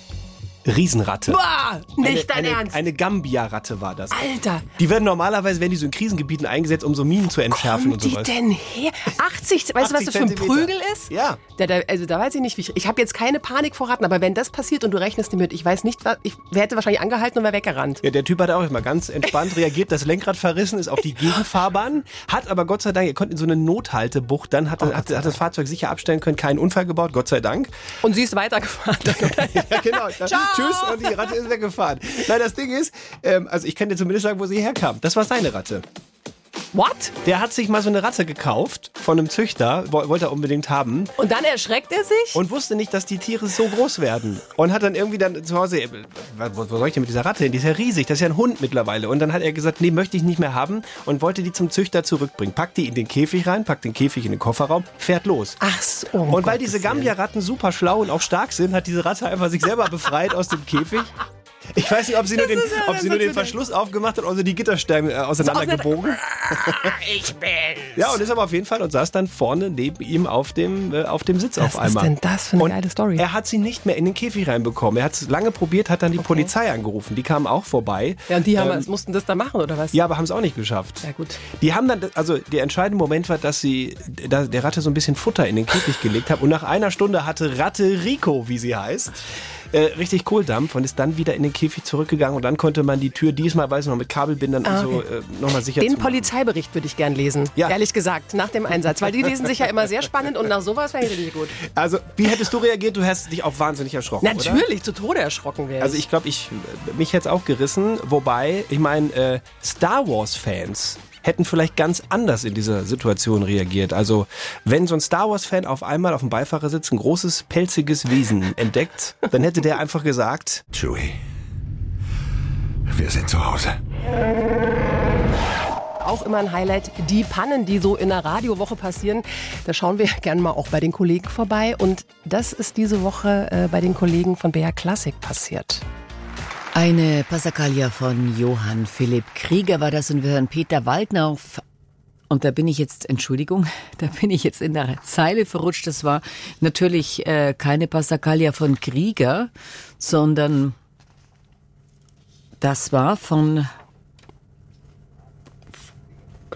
Speaker 2: Riesenratte.
Speaker 3: Bah, nicht dein
Speaker 2: eine,
Speaker 3: Ernst.
Speaker 2: Eine Gambia-Ratte war das.
Speaker 3: Alter,
Speaker 2: Die werden normalerweise, werden die so in Krisengebieten eingesetzt, um so Minen zu entschärfen
Speaker 3: kommt
Speaker 2: und
Speaker 3: die
Speaker 2: sowas.
Speaker 3: denn her? 80, (laughs) weißt du, was das für ein
Speaker 2: 80 Zentimeter.
Speaker 3: Prügel ist?
Speaker 2: Ja.
Speaker 3: Da, da, also da weiß ich nicht, wie ich. Ich habe jetzt keine Panik vor Ratten, aber wenn das passiert und du rechnest nicht mit, ich weiß nicht, was, ich wer hätte wahrscheinlich angehalten und wäre weggerannt.
Speaker 2: Ja, der Typ hat auch immer ganz entspannt reagiert, das Lenkrad verrissen ist auf die Gegenfahrbahn, hat aber Gott sei Dank, er konnte in so eine Nothaltebucht, dann hat, hat, hat das Fahrzeug sicher abstellen können, keinen Unfall gebaut, Gott sei Dank.
Speaker 3: Und sie ist (laughs) weitergefahren.
Speaker 2: Ja, (laughs) genau. Da,
Speaker 3: Ciao.
Speaker 2: Tschüss und die Ratte ist weggefahren. Nein, das Ding ist, ähm, also ich kann dir zumindest sagen, wo sie herkam. Das war seine Ratte.
Speaker 3: What?
Speaker 2: Der hat sich mal so eine Ratte gekauft von einem Züchter, wo- wollte er unbedingt haben.
Speaker 3: Und dann erschreckt er sich?
Speaker 2: und wusste nicht, dass die Tiere so groß werden. Und hat dann irgendwie dann zu Hause, äh, wo, wo soll ich denn mit dieser Ratte hin? Die ist ja riesig, das ist ja ein Hund mittlerweile. Und dann hat er gesagt, nee, möchte ich nicht mehr haben und wollte die zum Züchter zurückbringen. Packt die in den Käfig rein, packt den Käfig in den Kofferraum, fährt los.
Speaker 3: Ach so. oh
Speaker 2: Und weil
Speaker 3: Gottes
Speaker 2: diese Gambia-Ratten super schlau und auch stark sind, hat diese Ratte einfach sich selber befreit aus dem Käfig. Ich weiß nicht, ob sie nur den,
Speaker 3: ist ja
Speaker 2: ob sie nur den
Speaker 3: sensationell.
Speaker 2: Verschluss aufgemacht hat oder die Gitterstäbe äh, auseinandergebogen.
Speaker 3: (laughs) Ah,
Speaker 2: ich bin's. Ja, und ist aber auf jeden Fall und saß dann vorne neben ihm auf dem, äh, auf dem Sitz auf
Speaker 3: ist
Speaker 2: einmal.
Speaker 3: denn das für eine
Speaker 2: und
Speaker 3: geile Story?
Speaker 2: Er hat sie nicht mehr in den Käfig reinbekommen. Er hat es lange probiert, hat dann die Polizei angerufen. Die kamen auch vorbei.
Speaker 3: Ja, und die haben,
Speaker 2: Ähm,
Speaker 3: mussten das da machen, oder was?
Speaker 2: ja, aber haben es auch nicht geschafft.
Speaker 3: Ja, gut.
Speaker 2: Die haben dann, also der entscheidende Moment war, dass sie da, der Ratte so ein bisschen Futter in den Käfig gelegt haben und nach einer Stunde hatte Ratte Rico, wie sie heißt, äh, richtig Kohldampf und ist dann wieder in den Käfig zurückgegangen und dann konnte man die Tür diesmal, weiß ich noch, mit Kabelbindern
Speaker 3: Ah,
Speaker 2: und so äh, nochmal sicher
Speaker 3: Den
Speaker 2: zu machen.
Speaker 3: Polizeibericht würde ich gern lesen.
Speaker 2: Ja.
Speaker 3: Ehrlich gesagt, nach dem Einsatz. Weil die lesen sich ja immer sehr spannend und nach sowas fände ich nicht gut.
Speaker 2: Also, wie hättest du reagiert? Du hättest dich auch wahnsinnig erschrocken, oder?
Speaker 3: Natürlich, zu Tode erschrocken wäre
Speaker 2: Also ich glaube, ich mich hätte auch gerissen. Wobei, ich meine, äh, Star Wars-Fans hätten vielleicht ganz anders in dieser Situation reagiert. Also wenn so ein Star Wars-Fan auf einmal auf dem Beifahrersitz ein großes, pelziges Wesen entdeckt, dann hätte der einfach gesagt,
Speaker 1: Chewie, wir sind zu Hause.
Speaker 3: auch immer ein Highlight. Die Pannen, die so in der Radiowoche passieren, da schauen wir gern mal auch bei den Kollegen vorbei. Und das ist diese Woche äh, bei den Kollegen von BR Classic passiert.
Speaker 7: Eine Passacaglia von Johann Philipp Krieger war das und wir hören Peter Waldner auf. Und da bin ich jetzt, Entschuldigung, (laughs) da bin ich jetzt in der Zeile verrutscht. Das war natürlich äh, keine Passacaglia von Krieger, sondern das war von.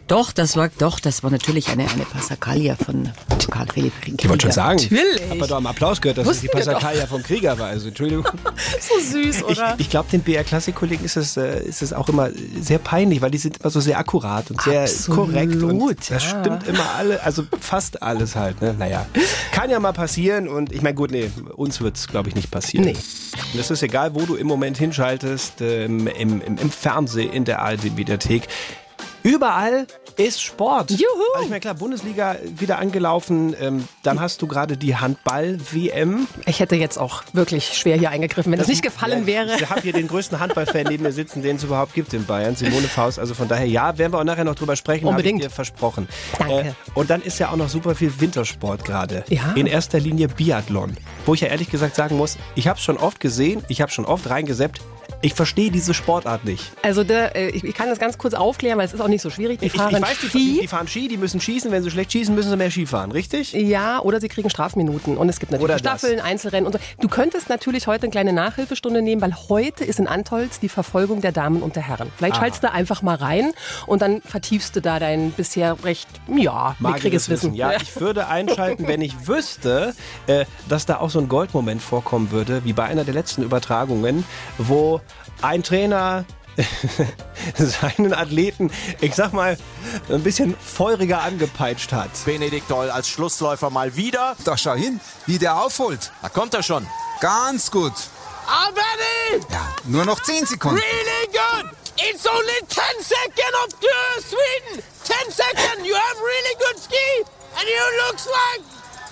Speaker 7: Doch, das war doch, das war natürlich eine, eine Passacaglia von Karl Philipp Krieger.
Speaker 2: ich wollte schon sagen,
Speaker 3: Natürlich.
Speaker 2: aber doch am Applaus gehört, dass es die
Speaker 3: Wussten wir doch.
Speaker 2: Passatalia vom Krieger war. Also Entschuldigung.
Speaker 3: (laughs) So süß,
Speaker 2: Ich, ich glaube, den BR-Klassik-Kollegen ist es, äh, ist es auch immer sehr peinlich, weil die sind immer so sehr akkurat und sehr
Speaker 3: Absolut,
Speaker 2: korrekt. Und
Speaker 3: ja.
Speaker 2: das stimmt immer alle, also fast alles halt. Ne? Naja, kann ja mal passieren und ich meine, gut, nee, uns wird es, glaube ich, nicht passieren.
Speaker 3: Nee.
Speaker 2: Und es ist egal, wo du im Moment hinschaltest, ähm, im, im, im Fernsehen, in der ARD-Mediathek. Überall ist Sport.
Speaker 3: Juhu.
Speaker 2: Also ich meine, klar, Bundesliga wieder angelaufen. Ähm, dann hast du gerade die Handball-WM.
Speaker 3: Ich hätte jetzt auch wirklich schwer hier eingegriffen, wenn das, nicht gefallen wäre.
Speaker 2: Äh, Ich habe hier den größten Handballfan neben mir sitzen, den es überhaupt gibt in Bayern, Simone Faust. Also von daher, ja, werden wir auch nachher noch drüber sprechen, hab
Speaker 3: Unbedingt.
Speaker 2: ich dir versprochen. Äh,
Speaker 3: Danke.
Speaker 2: und dann ist ja auch noch super viel Wintersport gerade.
Speaker 3: Ja.
Speaker 2: In erster Linie Biathlon, wo ich ja ehrlich gesagt sagen muss, ich habe es schon oft gesehen, ich habe schon oft reingeseppt. Ich verstehe diese Sportart nicht.
Speaker 3: Also da, äh, ich, ich kann das ganz kurz aufklären, weil es ist auch nicht so schwierig. Die
Speaker 2: Ich, ich
Speaker 3: fahren
Speaker 2: weiß, die,
Speaker 3: Ski.
Speaker 2: die, die fahren Ski, die müssen schießen. Wenn sie schlecht schießen, müssen sie mehr Ski fahren, richtig?
Speaker 3: Ja, oder sie kriegen Strafminuten. Und es gibt natürlich
Speaker 2: Oder
Speaker 3: Staffeln, Einzelrennen und so. Du könntest natürlich heute eine kleine Nachhilfestunde nehmen, weil heute ist in Antolz die Verfolgung der Damen und der Herren. Vielleicht
Speaker 2: Ah.
Speaker 3: schaltest du einfach mal rein und dann vertiefst du da dein bisher recht, ja, mickriges Wissen.
Speaker 2: Ja, ich würde einschalten, wenn ich wüsste, äh, dass da auch so ein Goldmoment vorkommen würde, wie bei einer der letzten Übertragungen, wo ein Trainer (laughs) seinen Athleten, ich sag mal, ein bisschen feuriger angepeitscht hat.
Speaker 8: Benedikt Doll als Schlussläufer mal wieder.
Speaker 9: Da schau hin, wie der aufholt.
Speaker 8: Da kommt er schon.
Speaker 9: Ganz gut.
Speaker 8: Alberti!
Speaker 9: Ja, nur noch 10 Sekunden.
Speaker 8: Really good! It's only 10 seconds of uh, Sweden! 10 seconds! You have really good ski! And you looks like...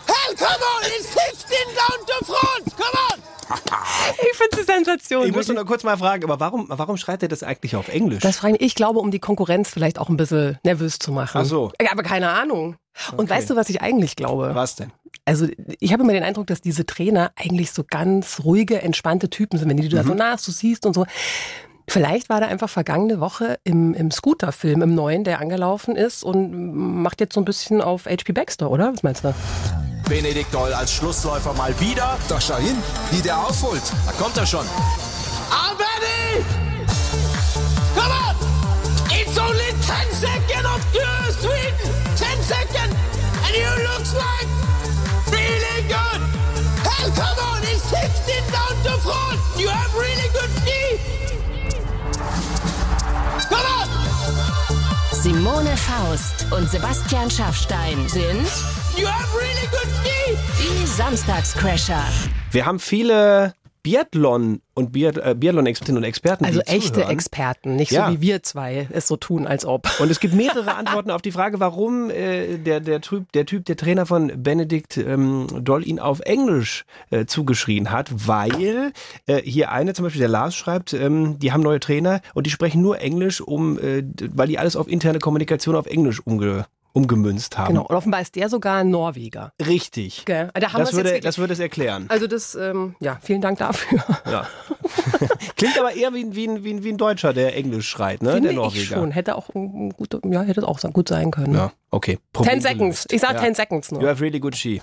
Speaker 8: Hell, come on! It's 16 down to France! Come on!
Speaker 3: (laughs) Ich finde es eine Sensation.
Speaker 2: Ich muss nur kurz mal fragen, aber warum, warum schreit er das eigentlich auf Englisch?
Speaker 3: Das fragen, ich glaube, um die Konkurrenz vielleicht auch ein bisschen nervös zu machen.
Speaker 2: Ach so.
Speaker 3: Ja, Aber keine Ahnung. Und weißt du, was ich eigentlich glaube?
Speaker 2: Was denn?
Speaker 3: Also, ich habe immer den Eindruck, dass diese Trainer eigentlich so ganz ruhige, entspannte Typen sind, wenn die du da
Speaker 2: Mhm.
Speaker 3: so nach so siehst und so. Vielleicht war da einfach vergangene Woche im, im Scooter-Film, im neuen, der angelaufen ist und macht jetzt so ein bisschen auf HP Baxter, oder? Was meinst du?
Speaker 8: Benedikt Doll als Schlussläufer mal wieder.
Speaker 9: Da schau hin, wie der aufholt.
Speaker 8: Da kommt er schon. Alberti! Come on! It's only 10 seconds of uh, Sweden! 10 seconds! And you looks like really good! Hell, come on! It's 16 down to front! You have really good ski! Come on!
Speaker 6: Simone Faust und Sebastian Schaffstein sind
Speaker 8: You have really good ski!
Speaker 6: die Samstagscrasher.
Speaker 2: Wir haben viele Biathlon- und Biath- äh, Biathlon-Expertinnen und Experten,
Speaker 3: Also
Speaker 2: die
Speaker 3: echte
Speaker 2: zuhören.
Speaker 3: Experten, nicht
Speaker 2: Ja.
Speaker 3: so wie wir zwei es so tun, als ob.
Speaker 2: Und es gibt mehrere Antworten auf die Frage, warum äh, der, der, typ, der Typ, der Trainer von Benedikt ähm, Doll ihn auf Englisch äh, zugeschrien hat, weil äh, hier eine, zum Beispiel der Lars schreibt, ähm, die haben neue Trainer und die sprechen nur Englisch, um, äh, d- weil die alles auf interne Kommunikation auf Englisch umge umgemünzt haben.
Speaker 3: Genau. Und offenbar ist der sogar ein Norweger.
Speaker 2: Richtig.
Speaker 3: Gell? Da haben wir's
Speaker 2: Das
Speaker 3: jetzt
Speaker 2: würde,
Speaker 3: wirklich-
Speaker 2: das würde es erklären.
Speaker 3: Also das, ähm, ja, vielen Dank dafür. (laughs)
Speaker 2: Ja. Klingt aber eher wie, ein- wie, ein- wie, ein- wie ein Deutscher, der Englisch schreit, ne?
Speaker 3: Äh, Finde
Speaker 2: der Norweger.
Speaker 3: ich schon. Hätte auch ein guter, ja, hätte auch sein- gut sein können.
Speaker 2: Ja, okay. Problem
Speaker 3: Ten seconds.
Speaker 2: gelöst.
Speaker 3: Ich sag
Speaker 2: Ja.
Speaker 3: 10 seconds nur.
Speaker 2: You have really good ski.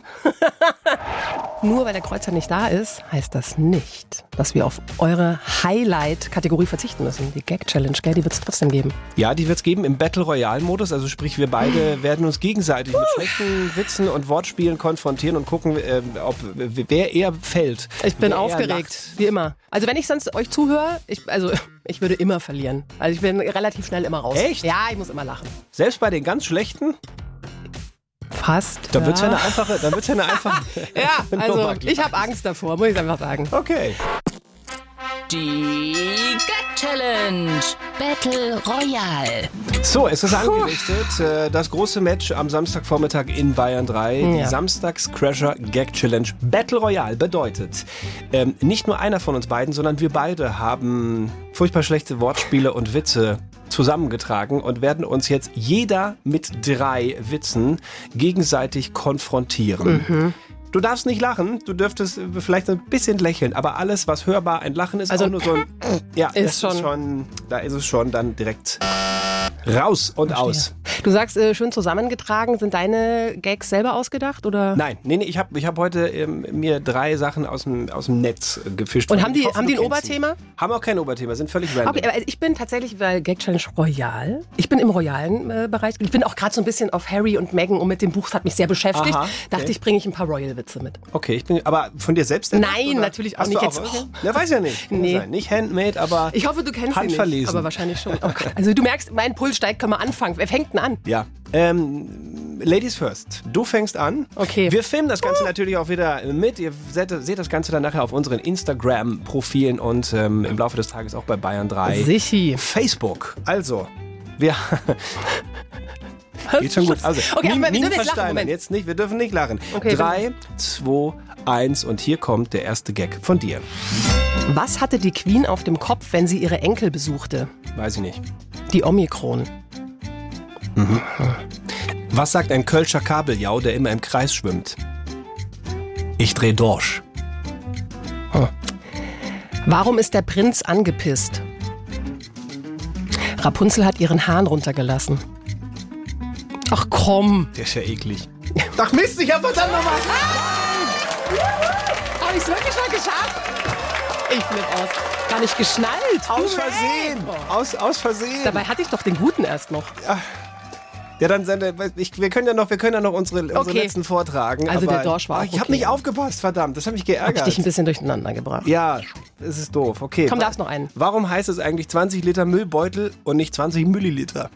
Speaker 3: Nur weil der Kreuzer nicht da ist, heißt das nicht, dass wir auf eure Highlight-Kategorie verzichten müssen. Die Gag-Challenge, gell, die wird es trotzdem geben.
Speaker 2: Ja, die wird's geben im Battle Royale-Modus. Also sprich, wir beide werden uns gegenseitig mit schlechten Witzen und Wortspielen konfrontieren und gucken, ähm, ob wer eher fällt.
Speaker 3: Ich bin
Speaker 2: wer eher
Speaker 3: aufgeregt,
Speaker 2: lacht.
Speaker 3: wie immer. Also wenn ich sonst euch zuhöre, ich, also (laughs) ich würde immer verlieren. Also ich bin relativ schnell immer raus.
Speaker 2: Echt?
Speaker 3: Ja, ich muss immer lachen.
Speaker 2: Selbst bei den ganz schlechten,
Speaker 3: Fast.
Speaker 2: dann wird's ja
Speaker 3: ja
Speaker 2: eine einfache, dann wird's ja
Speaker 3: (laughs)
Speaker 2: eine einfache.
Speaker 3: Ja, also
Speaker 2: (laughs) Nummer gleich.
Speaker 3: ich habe Angst davor, muss ich einfach sagen.
Speaker 2: Okay.
Speaker 6: Die Gag Challenge Battle Royale.
Speaker 2: So, es ist angerichtet. Äh, das große Match am Samstagvormittag in Bayern 3. Die
Speaker 3: Ja.
Speaker 2: Samstags-Crasher Gag Challenge Battle Royale bedeutet, ähm, nicht nur einer von uns beiden, sondern wir beide haben furchtbar schlechte Wortspiele und Witze zusammengetragen und werden uns jetzt jeder mit drei Witzen gegenseitig konfrontieren.
Speaker 3: Mhm.
Speaker 2: Du darfst nicht lachen, du dürftest äh, vielleicht ein bisschen lächeln, aber alles, was hörbar ein Lachen ist,
Speaker 3: Also
Speaker 2: auch nur so
Speaker 3: (laughs)
Speaker 2: ein... Ja,
Speaker 3: ist
Speaker 2: das
Speaker 3: schon-
Speaker 2: schon... Da ist es schon dann direkt Raus und aus.
Speaker 3: Du sagst, äh, schön zusammengetragen. Sind deine Gags selber ausgedacht oder?
Speaker 2: Nein, nee, nee, ich habe ich hab heute ähm, mir drei Sachen aus dem, aus dem Netz äh, gefischt.
Speaker 3: Und
Speaker 2: Ich
Speaker 3: haben die-
Speaker 2: hoffe,
Speaker 3: haben
Speaker 2: du
Speaker 3: die ein
Speaker 2: kennst sie.
Speaker 3: Oberthema?
Speaker 2: Haben auch kein Oberthema, sind völlig random.
Speaker 3: Okay, aber also ich bin tatsächlich bei Gag Challenge Royal. Ich bin im royalen äh, Bereich. Ich bin auch gerade so ein bisschen auf Harry und Meghan und mit dem Buch, das hat mich sehr beschäftigt.
Speaker 2: Aha, okay.
Speaker 3: Dachte ich, bringe ich ein paar Royal-Witze mit.
Speaker 2: Okay, ich bin, aber von dir selbst?
Speaker 3: Nein,
Speaker 2: oder?
Speaker 3: natürlich auch
Speaker 2: Hast
Speaker 3: nicht
Speaker 2: Du
Speaker 3: jetzt.
Speaker 2: okay? Na, weiß ja nicht. Kann
Speaker 3: Nee.
Speaker 2: Sein. Nicht handmade, aber.
Speaker 3: Ich hoffe, du kennst ihn nicht,
Speaker 2: Handverlesen.
Speaker 3: aber wahrscheinlich schon. Oh Gott. Also du merkst, mein Puls steigt, können wir anfangen. Wer fängt denn an?
Speaker 2: Ja. Ähm, Ladies first. Du fängst an.
Speaker 3: Okay.
Speaker 2: Wir filmen das Ganze natürlich auch wieder mit. Ihr seht, seht das Ganze dann nachher auf unseren Instagram-Profilen und ähm, im Laufe des Tages auch bei Bayern 3.
Speaker 3: Sichi.
Speaker 2: Facebook. Also,
Speaker 3: (laughs)
Speaker 2: Wir geht schon gut. Also,
Speaker 3: Okay,
Speaker 2: Mim-
Speaker 3: aber wir dürfen
Speaker 2: Mim
Speaker 3: jetzt lachen,
Speaker 2: versteinern.
Speaker 3: Moment.
Speaker 2: Jetzt nicht, wir dürfen nicht lachen.
Speaker 3: Okay,
Speaker 2: Drei, zwei, eins und hier kommt der erste Gag von dir.
Speaker 3: Was hatte die Queen auf dem Kopf, wenn sie ihre Enkel besuchte?
Speaker 2: Weiß ich nicht.
Speaker 3: Die Omikron.
Speaker 2: Was sagt ein Kölscher Kabeljau, der immer im Kreis schwimmt? Ich dreh durch.
Speaker 3: Warum ist der Prinz angepisst? Rapunzel hat ihren Hahn runtergelassen. Ach komm.
Speaker 2: Der ist ja eklig.
Speaker 3: Ach Mist, ich hab verdammt nochmal. Hab ich's wirklich mal geschafft? Ich flipp aus. Gar nicht geschnallt.
Speaker 2: Aus Versehen! Aus, aus Versehen!
Speaker 3: Dabei hatte ich doch den guten erst noch.
Speaker 2: Ja, dann sende, ich, wir können ja noch, wir können ja noch unsere, unsere
Speaker 3: Okay.
Speaker 2: letzten vortragen.
Speaker 3: Also
Speaker 2: aber-
Speaker 3: der Dorsch war
Speaker 2: Ah,
Speaker 3: auch
Speaker 2: Ich habe
Speaker 3: okay.
Speaker 2: nicht aufgepasst, verdammt. Das hat mich
Speaker 3: Hab ich
Speaker 2: geärgert.
Speaker 3: dich ein bisschen durcheinander gebracht.
Speaker 2: ja, es ist doof. Okay.
Speaker 3: Komm, darfst noch einen.
Speaker 2: Warum heißt es eigentlich 20 Liter Müllbeutel und nicht 20 Milliliter?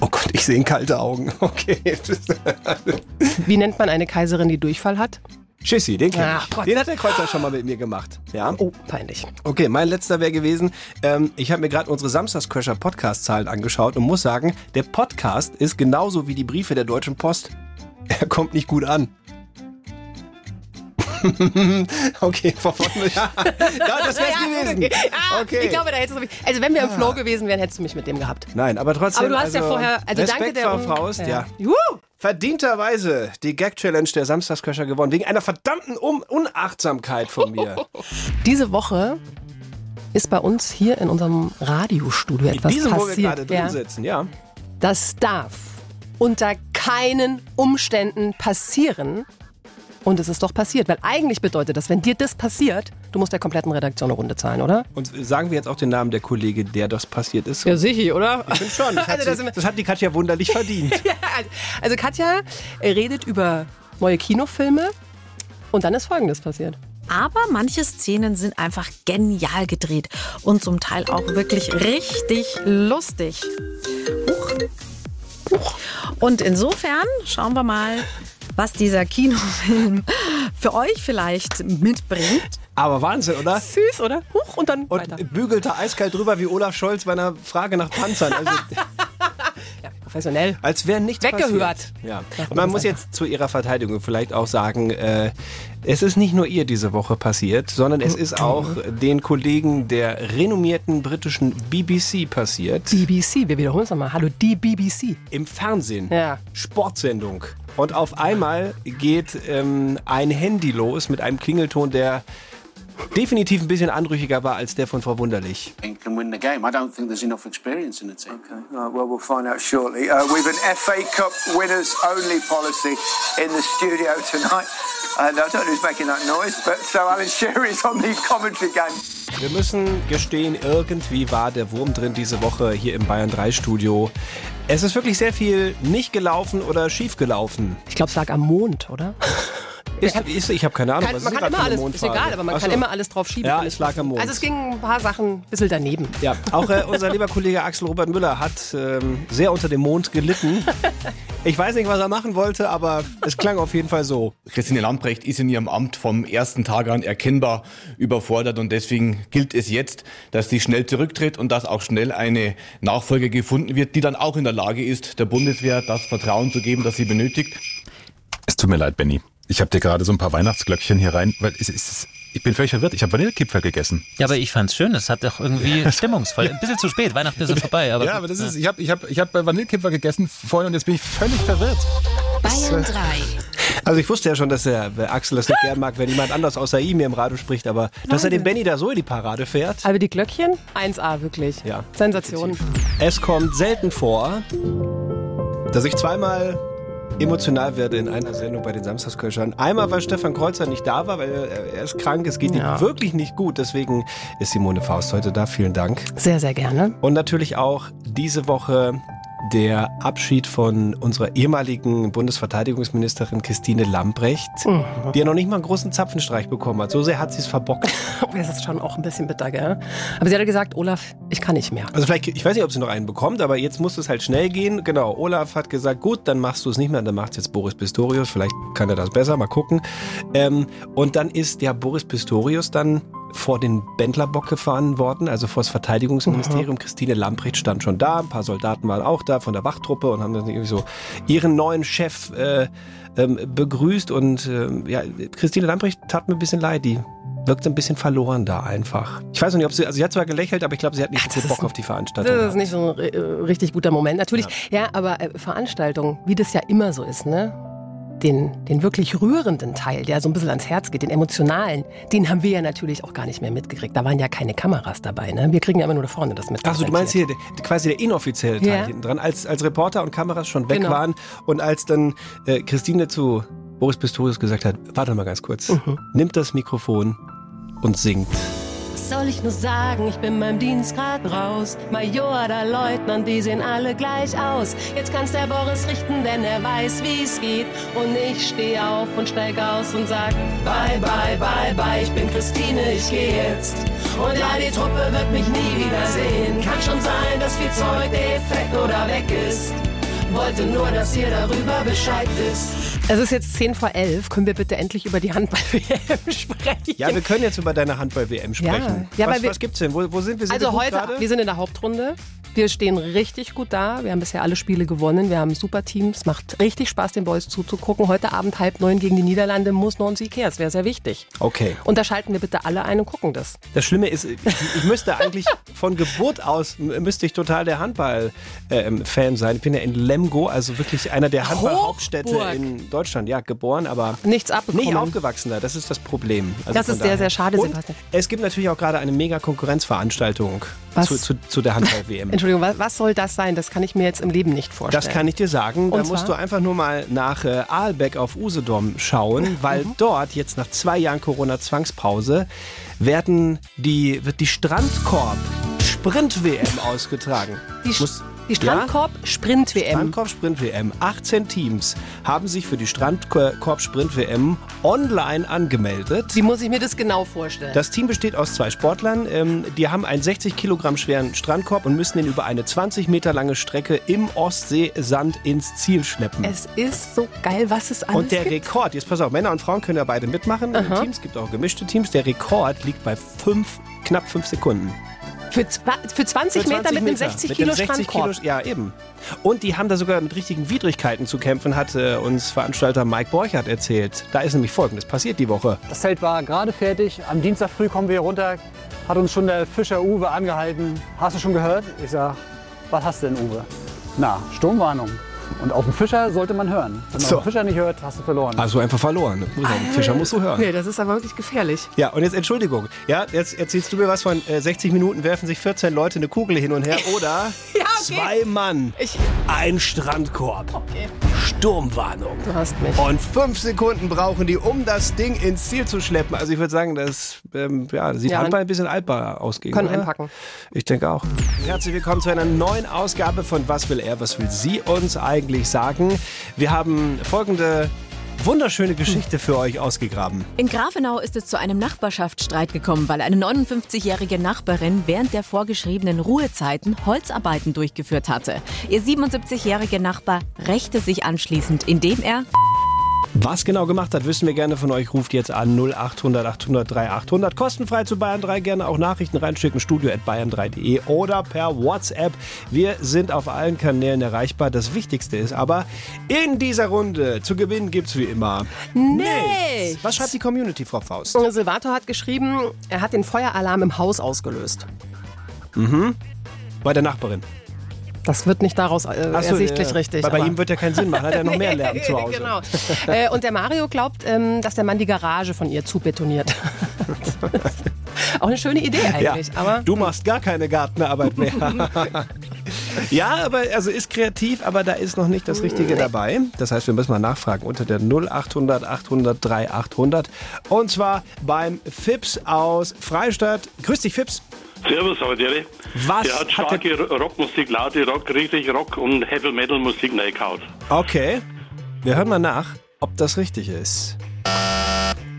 Speaker 2: Oh Gott, ich sehe in kalte Augen. (laughs) Okay.
Speaker 3: Wie nennt man eine Kaiserin, die Durchfall hat?
Speaker 2: Schissi, den kenn
Speaker 3: Ah,
Speaker 2: ich.
Speaker 3: Gott.
Speaker 2: den hat der Kreuzer schon mal mit mir gemacht. Ja.
Speaker 3: Oh, peinlich.
Speaker 2: Okay, mein letzter wäre gewesen, ähm, ich habe mir gerade unsere Samstagscrasher Podcast-Zahlen angeschaut und muss sagen, der Podcast ist genauso wie die Briefe der Deutschen Post. (laughs) Er kommt nicht gut an. (laughs) okay, von vorne. (laughs) Ja, ja
Speaker 3: (laughs)
Speaker 2: das wär's gewesen.
Speaker 3: Ah,
Speaker 2: Okay.
Speaker 3: Ich glaube, da hättest du mich. Also, wenn wir im Flow gewesen wären, hättest du mich mit dem gehabt.
Speaker 2: Nein, aber trotzdem.
Speaker 3: Aber du hast ja
Speaker 2: also,
Speaker 3: vorher. Also,
Speaker 2: Respekt,
Speaker 3: danke der.
Speaker 2: Frau Faust, ja.
Speaker 3: Juhu!
Speaker 2: Verdienterweise die Gag-Challenge der Samstagscrasher gewonnen, wegen einer verdammten um Unachtsamkeit von
Speaker 3: (laughs)
Speaker 2: mir.
Speaker 3: Diese Woche ist bei uns hier in unserem Radiostudio
Speaker 2: In
Speaker 3: etwas
Speaker 2: diesem, wo wir
Speaker 3: passiert.
Speaker 2: gerade drin
Speaker 3: ja.
Speaker 2: sitzen, ja.
Speaker 3: Das darf unter keinen Umständen passieren. Und es ist doch passiert, weil eigentlich bedeutet das, wenn dir das passiert, du musst der kompletten Redaktion eine Runde zahlen, oder?
Speaker 2: Und sagen wir jetzt auch den Namen der Kollege, der das passiert ist.
Speaker 3: sicher, oder?
Speaker 2: Ich finde schon. Das hat,
Speaker 3: Also das (laughs)
Speaker 2: sie,
Speaker 3: sind-
Speaker 2: das hat die Katja wunderlich verdient.
Speaker 3: (laughs) Also Katja redet über neue Kinofilme und dann ist Folgendes passiert.
Speaker 10: Aber manche Szenen sind einfach genial gedreht und zum Teil auch wirklich richtig lustig. Huch. Huch. Und insofern schauen wir mal, was dieser Kinofilm für euch vielleicht mitbringt.
Speaker 2: Aber Wahnsinn, oder?
Speaker 3: Süß, oder? Huch, und dann weiter.
Speaker 2: Und äh, bügelt da eiskalt drüber wie Olaf Scholz bei einer Frage nach Panzern. Also,
Speaker 3: Professionell.
Speaker 2: als wäre nichts
Speaker 3: Weggehört.
Speaker 2: Passiert. Ja.
Speaker 3: Ja,
Speaker 2: Man
Speaker 3: das
Speaker 2: muss
Speaker 3: ist
Speaker 2: jetzt zu ihrer Verteidigung vielleicht auch sagen, äh, es ist nicht nur ihr diese Woche passiert, sondern es ist
Speaker 3: (clears throat)
Speaker 2: auch den Kollegen der renommierten britischen BBC passiert.
Speaker 3: BBC, wir wiederholen es nochmal. Hallo, die BBC.
Speaker 2: Im Fernsehen.
Speaker 3: Ja.
Speaker 2: Sportsendung. Und auf einmal geht ähm, ein Handy los mit einem Klingelton, der definitiv ein bisschen anrüchiger war als der von Frau Wunderlich.
Speaker 8: And can win the game. I don't think there's enough experience in the team. Okay.
Speaker 4: Right, Uh, well, we'll find out shortly. Uh, we've an FA Cup winners only policy in the studio tonight. And I don't know who's making that noise, but so Alan Shearer is on the commentary game.
Speaker 2: Wir müssen gestehen, irgendwie war der Wurm drin diese Woche hier im Bayern 3 Studio. Es ist wirklich sehr viel nicht gelaufen oder schief gelaufen.
Speaker 3: Ich glaube, es lag am Mond, oder?
Speaker 2: Ist, ist, ich habe keine Ahnung,
Speaker 3: Kann,
Speaker 2: was
Speaker 3: man
Speaker 2: ist
Speaker 3: kann
Speaker 2: gerade für eine
Speaker 3: immer alles, ist
Speaker 2: Mondphase?
Speaker 3: egal, aber man
Speaker 2: Ach
Speaker 3: kann
Speaker 2: so.
Speaker 3: immer alles drauf schieben.
Speaker 2: Ja,
Speaker 3: finde ich.
Speaker 2: es lag am Mond.
Speaker 3: Also es gingen ein paar Sachen ein bisschen daneben.
Speaker 2: Ja, auch äh, unser lieber Kollege Axel Robert Müller hat ähm, sehr unter dem Mond gelitten. Ich weiß nicht, was er machen wollte, aber es klang auf jeden Fall so.
Speaker 11: Christine Lambrecht ist in ihrem Amt vom ersten Tag an erkennbar überfordert und deswegen gilt es jetzt, dass sie schnell zurücktritt und dass auch schnell eine Nachfolge gefunden wird, die dann auch in der Lage ist, der Bundeswehr das Vertrauen zu geben, das sie benötigt.
Speaker 12: Es tut mir leid, Benny. Ich habe dir gerade so ein paar Weihnachtsglöckchen hier rein, weil es, es, es, ich bin völlig verwirrt. Ich habe Vanillekipferl gegessen.
Speaker 11: Ja, aber ich fand's schön. Es hat doch
Speaker 12: (laughs)
Speaker 11: irgendwie stimmungsvoll. Ein bisschen zu spät. Weihnachten ist ja vorbei. Aber
Speaker 12: ja, aber das ist, ich habe ich hab, ich hab Vanillekipferl gegessen vorhin und jetzt bin ich völlig verwirrt.
Speaker 6: Bayern 3.
Speaker 2: Also ich wusste ja schon, dass der äh, Axel das nicht gern mag, wenn jemand anders außer ihm hier im Radio spricht, aber dass er den Benny da so in die Parade fährt.
Speaker 3: Aber die Glöckchen? 1A, wirklich.
Speaker 2: Ja.
Speaker 3: Sensation.
Speaker 2: Es kommt selten vor, dass ich zweimal emotional werde in einer Sendung bei den Samstagskölschern. Einmal, weil Stefan Kreuzer nicht da war, weil er, er ist krank, es geht ihm wirklich nicht gut. Deswegen ist Simone Faust heute da. Vielen Dank.
Speaker 3: Sehr, sehr (laughs) gerne.
Speaker 2: Und natürlich auch diese Woche der Abschied von unserer ehemaligen Bundesverteidigungsministerin Christine Lambrecht, die ja noch nicht mal einen großen Zapfenstreich bekommen hat. So sehr hat sie es verbockt.
Speaker 3: Oh, das ist schon auch ein bisschen bitter, gell? Aber sie hat ja gesagt, Olaf, ich kann nicht mehr.
Speaker 2: Also vielleicht, ich weiß nicht, ob sie noch einen bekommt, aber jetzt muss es halt schnell gehen. Genau, Olaf hat gesagt, gut, dann machst du es nicht mehr, dann macht jetzt Boris Pistorius. Vielleicht kann er das besser, mal gucken. Ähm, und dann ist ja Boris Pistorius dann vor den Bändlerbock gefahren worden, also vor das Verteidigungsministerium. Christine Lamprecht stand schon da, ein paar Soldaten waren auch da von der Wachtruppe und haben dann irgendwie so ihren neuen Chef äh, ähm, begrüßt. Und ähm, ja, Christine Lamprecht tat mir ein bisschen leid, die wirkte ein bisschen verloren da einfach. Ich weiß noch nicht, ob sie, also sie hat zwar gelächelt, aber ich glaube, sie hat nicht so viel Bock auf die Veranstaltung.
Speaker 3: Das ist
Speaker 2: gehabt.
Speaker 3: nicht so ein äh, richtig guter Moment. Natürlich, ja, aber äh, Veranstaltungen, wie das ja immer so ist, ne? Den, den wirklich rührenden Teil, der so ein bisschen ans Herz geht, den emotionalen, den haben wir ja natürlich auch gar nicht mehr mitgekriegt. Da waren ja keine Kameras dabei. Ne? Wir kriegen ja immer nur da vorne das mit.
Speaker 2: Ach so, du meinst hier der- quasi der inoffizielle Teil
Speaker 3: Ja.
Speaker 2: hinten dran, als, als Reporter und Kameras schon weg
Speaker 3: Genau.
Speaker 2: waren und als dann äh, Christine zu Boris Pistorius gesagt hat, warte mal ganz kurz,
Speaker 3: Mhm.
Speaker 2: nimmt das Mikrofon und singt.
Speaker 3: Soll ich nur sagen, ich bin meinem Dienstgrad raus. Major oder Leutnant, die sehen alle gleich aus. Jetzt kann's der Boris richten, denn er weiß, wie's geht. Und ich steh auf und steig aus und sag: Bye, bye, bye, bye, ich bin Christine, ich geh jetzt. Und ja, die Truppe wird mich nie wiedersehen. Kann schon sein, dass viel Zeug defekt oder weg ist. Wollte nur, dass ihr darüber Bescheid wisst. Es ist jetzt 10 vor 11. Können wir bitte endlich über die Handball-WM (laughs) sprechen?
Speaker 2: Ja, wir können jetzt über deine Handball-WM sprechen.
Speaker 3: Ja,
Speaker 2: was,
Speaker 3: weil wir-
Speaker 2: was gibt's denn? Wo, wo sind wir? Sind
Speaker 3: Also
Speaker 2: wir gut
Speaker 3: heute,
Speaker 2: gerade?
Speaker 3: wir sind in der Hauptrunde. Wir stehen richtig gut da. Wir haben bisher alle Spiele gewonnen. Wir haben super Teams. Macht richtig Spaß, den Boys zuzugucken. Heute Abend halb neun gegen die Niederlande muss noch ein Sieg her. Das wäre sehr wichtig.
Speaker 2: Okay.
Speaker 3: Und da schalten wir bitte alle ein und gucken das.
Speaker 2: Das Schlimme ist, ich, ich
Speaker 3: (laughs)
Speaker 2: müsste eigentlich von Geburt aus, m- müsste ich total der Handball-Fan sein. Ich bin ja in Lemgo, also wirklich einer der Handball-Hauptstädte
Speaker 3: Hochburg.
Speaker 2: in Deutschland. Ja, geboren, aber
Speaker 3: Nichts abbekommen.
Speaker 2: nicht aufgewachsen da. Das ist das Problem. Also
Speaker 3: Das
Speaker 2: von
Speaker 3: ist sehr,
Speaker 2: daher.
Speaker 3: sehr schade,
Speaker 2: Und
Speaker 3: Sebastian.
Speaker 2: es gibt natürlich auch gerade eine mega Konkurrenzveranstaltung
Speaker 3: Was?
Speaker 2: zu, zu, zu der Handball-WM.
Speaker 3: (laughs) Entschuldigung, was, was soll das sein? Das kann ich mir jetzt im Leben nicht vorstellen.
Speaker 2: Das kann ich dir sagen. Da
Speaker 3: Und
Speaker 2: musst du
Speaker 3: zwar?
Speaker 2: einfach nur mal nach äh, Aalbeck auf Usedom
Speaker 3: (laughs)
Speaker 2: schauen, weil
Speaker 3: Mhm.
Speaker 2: dort jetzt nach zwei Jahren Corona-Zwangspause werden die, wird die Strandkorb Sprint-WM ausgetragen.
Speaker 3: Die, Sch- die Strandkorb-Sprint-WM.
Speaker 2: Strandkorb-Sprint-WM. 18 Teams haben sich für die Strandkorb-Sprint-WM online angemeldet.
Speaker 3: Wie muss ich mir das genau vorstellen?
Speaker 2: Das Team besteht aus zwei Sportlern. Ähm, die haben einen 60 Kilogramm schweren Strandkorb und müssen ihn über eine 20 Meter lange Strecke im Ostseesand ins Ziel schleppen.
Speaker 3: es ist so geil, was es alles
Speaker 2: und der
Speaker 3: gibt.
Speaker 2: Rekord, jetzt pass auf, Männer und Frauen können ja beide mitmachen. in Teams gibt auch gemischte Teams. Der Rekord liegt bei fünf, knapp fünf Sekunden.
Speaker 3: Für, zwa- für 20
Speaker 2: Für
Speaker 3: Meter mit einem
Speaker 2: Meter,
Speaker 3: 60
Speaker 2: mit
Speaker 3: Kilo
Speaker 2: einem 60
Speaker 3: Strandkorb.
Speaker 2: Kilo- ja, eben. Und die haben da sogar mit richtigen Widrigkeiten zu kämpfen, hat äh, uns Veranstalter Mike Borchert erzählt. Da ist nämlich Folgendes passiert die Woche.
Speaker 13: Das Zelt war gerade fertig. Am Dienstag früh kommen wir hier runter. Hat uns schon der Fischer Uwe angehalten. Hast du schon gehört? Ich sag, was hast du denn, Uwe? Na, Sturmwarnung. Und auf den Fischer sollte man hören. Wenn man
Speaker 2: So.
Speaker 13: auf den Fischer nicht hört, hast du verloren.
Speaker 2: Also einfach verloren. Muss man- Fischer musst du hören.
Speaker 3: Nee, das ist aber wirklich gefährlich.
Speaker 2: Ja, und jetzt Entschuldigung. Ja, jetzt erzählst du mir was von äh, 60 Minuten werfen sich 14 Leute eine Kugel hin
Speaker 3: (laughs)
Speaker 2: und her oder
Speaker 3: Ja, okay.
Speaker 2: zwei Mann, ein Strandkorb. Sturmwarnung.
Speaker 3: Du hast mich.
Speaker 2: Und fünf Sekunden brauchen die, um das Ding ins Ziel zu schleppen. Also ich würde sagen, das ähm, ja, sieht
Speaker 3: Ja,
Speaker 2: Handball ein bisschen altbar aus. Gegen,
Speaker 3: Können
Speaker 2: oder?
Speaker 3: einpacken.
Speaker 2: Ich denke auch. Herzlich willkommen zu einer neuen Ausgabe von Was will er, was will sie uns eigentlich sagen. Wir haben folgende wunderschöne Geschichte für euch ausgegraben.
Speaker 14: In Grafenau ist es zu einem Nachbarschaftsstreit gekommen, weil eine 59-jährige Nachbarin während der vorgeschriebenen Ruhezeiten Holzarbeiten durchgeführt hatte. Ihr 77-jähriger Nachbar rächte sich anschließend, indem er
Speaker 2: Was genau gemacht hat, wissen wir gerne von euch. Ruft jetzt an 0800 800 3800. Kostenfrei zu Bayern 3. Gerne auch Nachrichten reinschicken. Studio at bayern3.de oder per WhatsApp. Wir sind auf allen Kanälen erreichbar. Das Wichtigste ist aber, in dieser Runde zu gewinnen gibt's wie immer nichts. Was schreibt die Community, Frau Faust?
Speaker 3: Silvator hat geschrieben, er hat den Feueralarm im Haus ausgelöst.
Speaker 2: Mhm. Bei der Nachbarin.
Speaker 3: Das wird nicht daraus äh,
Speaker 2: Ach so,
Speaker 3: ersichtlich
Speaker 2: ja, ja.
Speaker 3: richtig.
Speaker 2: Weil bei
Speaker 3: aber-
Speaker 2: ihm wird ja keinen Sinn machen. Hat er noch
Speaker 3: (laughs)
Speaker 2: mehr Lärm zu Hause.
Speaker 3: Genau. Äh, und der Mario glaubt, ähm, dass der Mann die Garage von ihr zubetoniert. (laughs) Auch eine schöne Idee eigentlich.
Speaker 2: Ja,
Speaker 3: Aber
Speaker 2: du machst gar keine Gartenarbeit
Speaker 3: (laughs)
Speaker 2: mehr. ja, aber also ist kreativ, aber da ist noch nicht das Richtige dabei. Das heißt, wir müssen mal nachfragen unter der 0800 800 3800 und zwar beim Fips aus Freistadt. Grüß dich, Fips.
Speaker 15: Servus, Salvatore.
Speaker 2: Was
Speaker 15: Der hat
Speaker 2: hat
Speaker 15: starke Rockmusik, laute Rock, richtig Rock und Heavy Metal Musik reingehaut.
Speaker 2: Okay, wir hören mal nach, ob das richtig ist.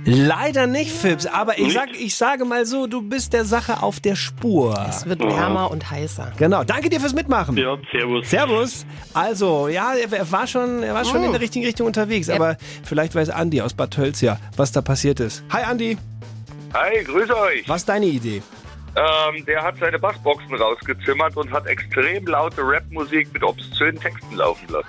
Speaker 2: Leider nicht, Fips, aber ich,
Speaker 3: Nicht?
Speaker 2: sag, ich sage mal so, du bist der Sache auf der Spur.
Speaker 3: es wird wärmer und heißer.
Speaker 2: Genau, danke dir fürs Mitmachen.
Speaker 15: Ja, servus.
Speaker 2: Servus. Also, ja, er- er war schon, er war schon in der richtigen Richtung unterwegs, aber vielleicht weiß Andi aus Bad Tölz ja, was da passiert ist. Hi Andi.
Speaker 16: Hi, grüße euch.
Speaker 2: Was ist deine Idee?
Speaker 16: Ähm, der hat seine Bassboxen rausgezimmert und hat extrem laute Rapmusik mit obszönen Texten laufen lassen.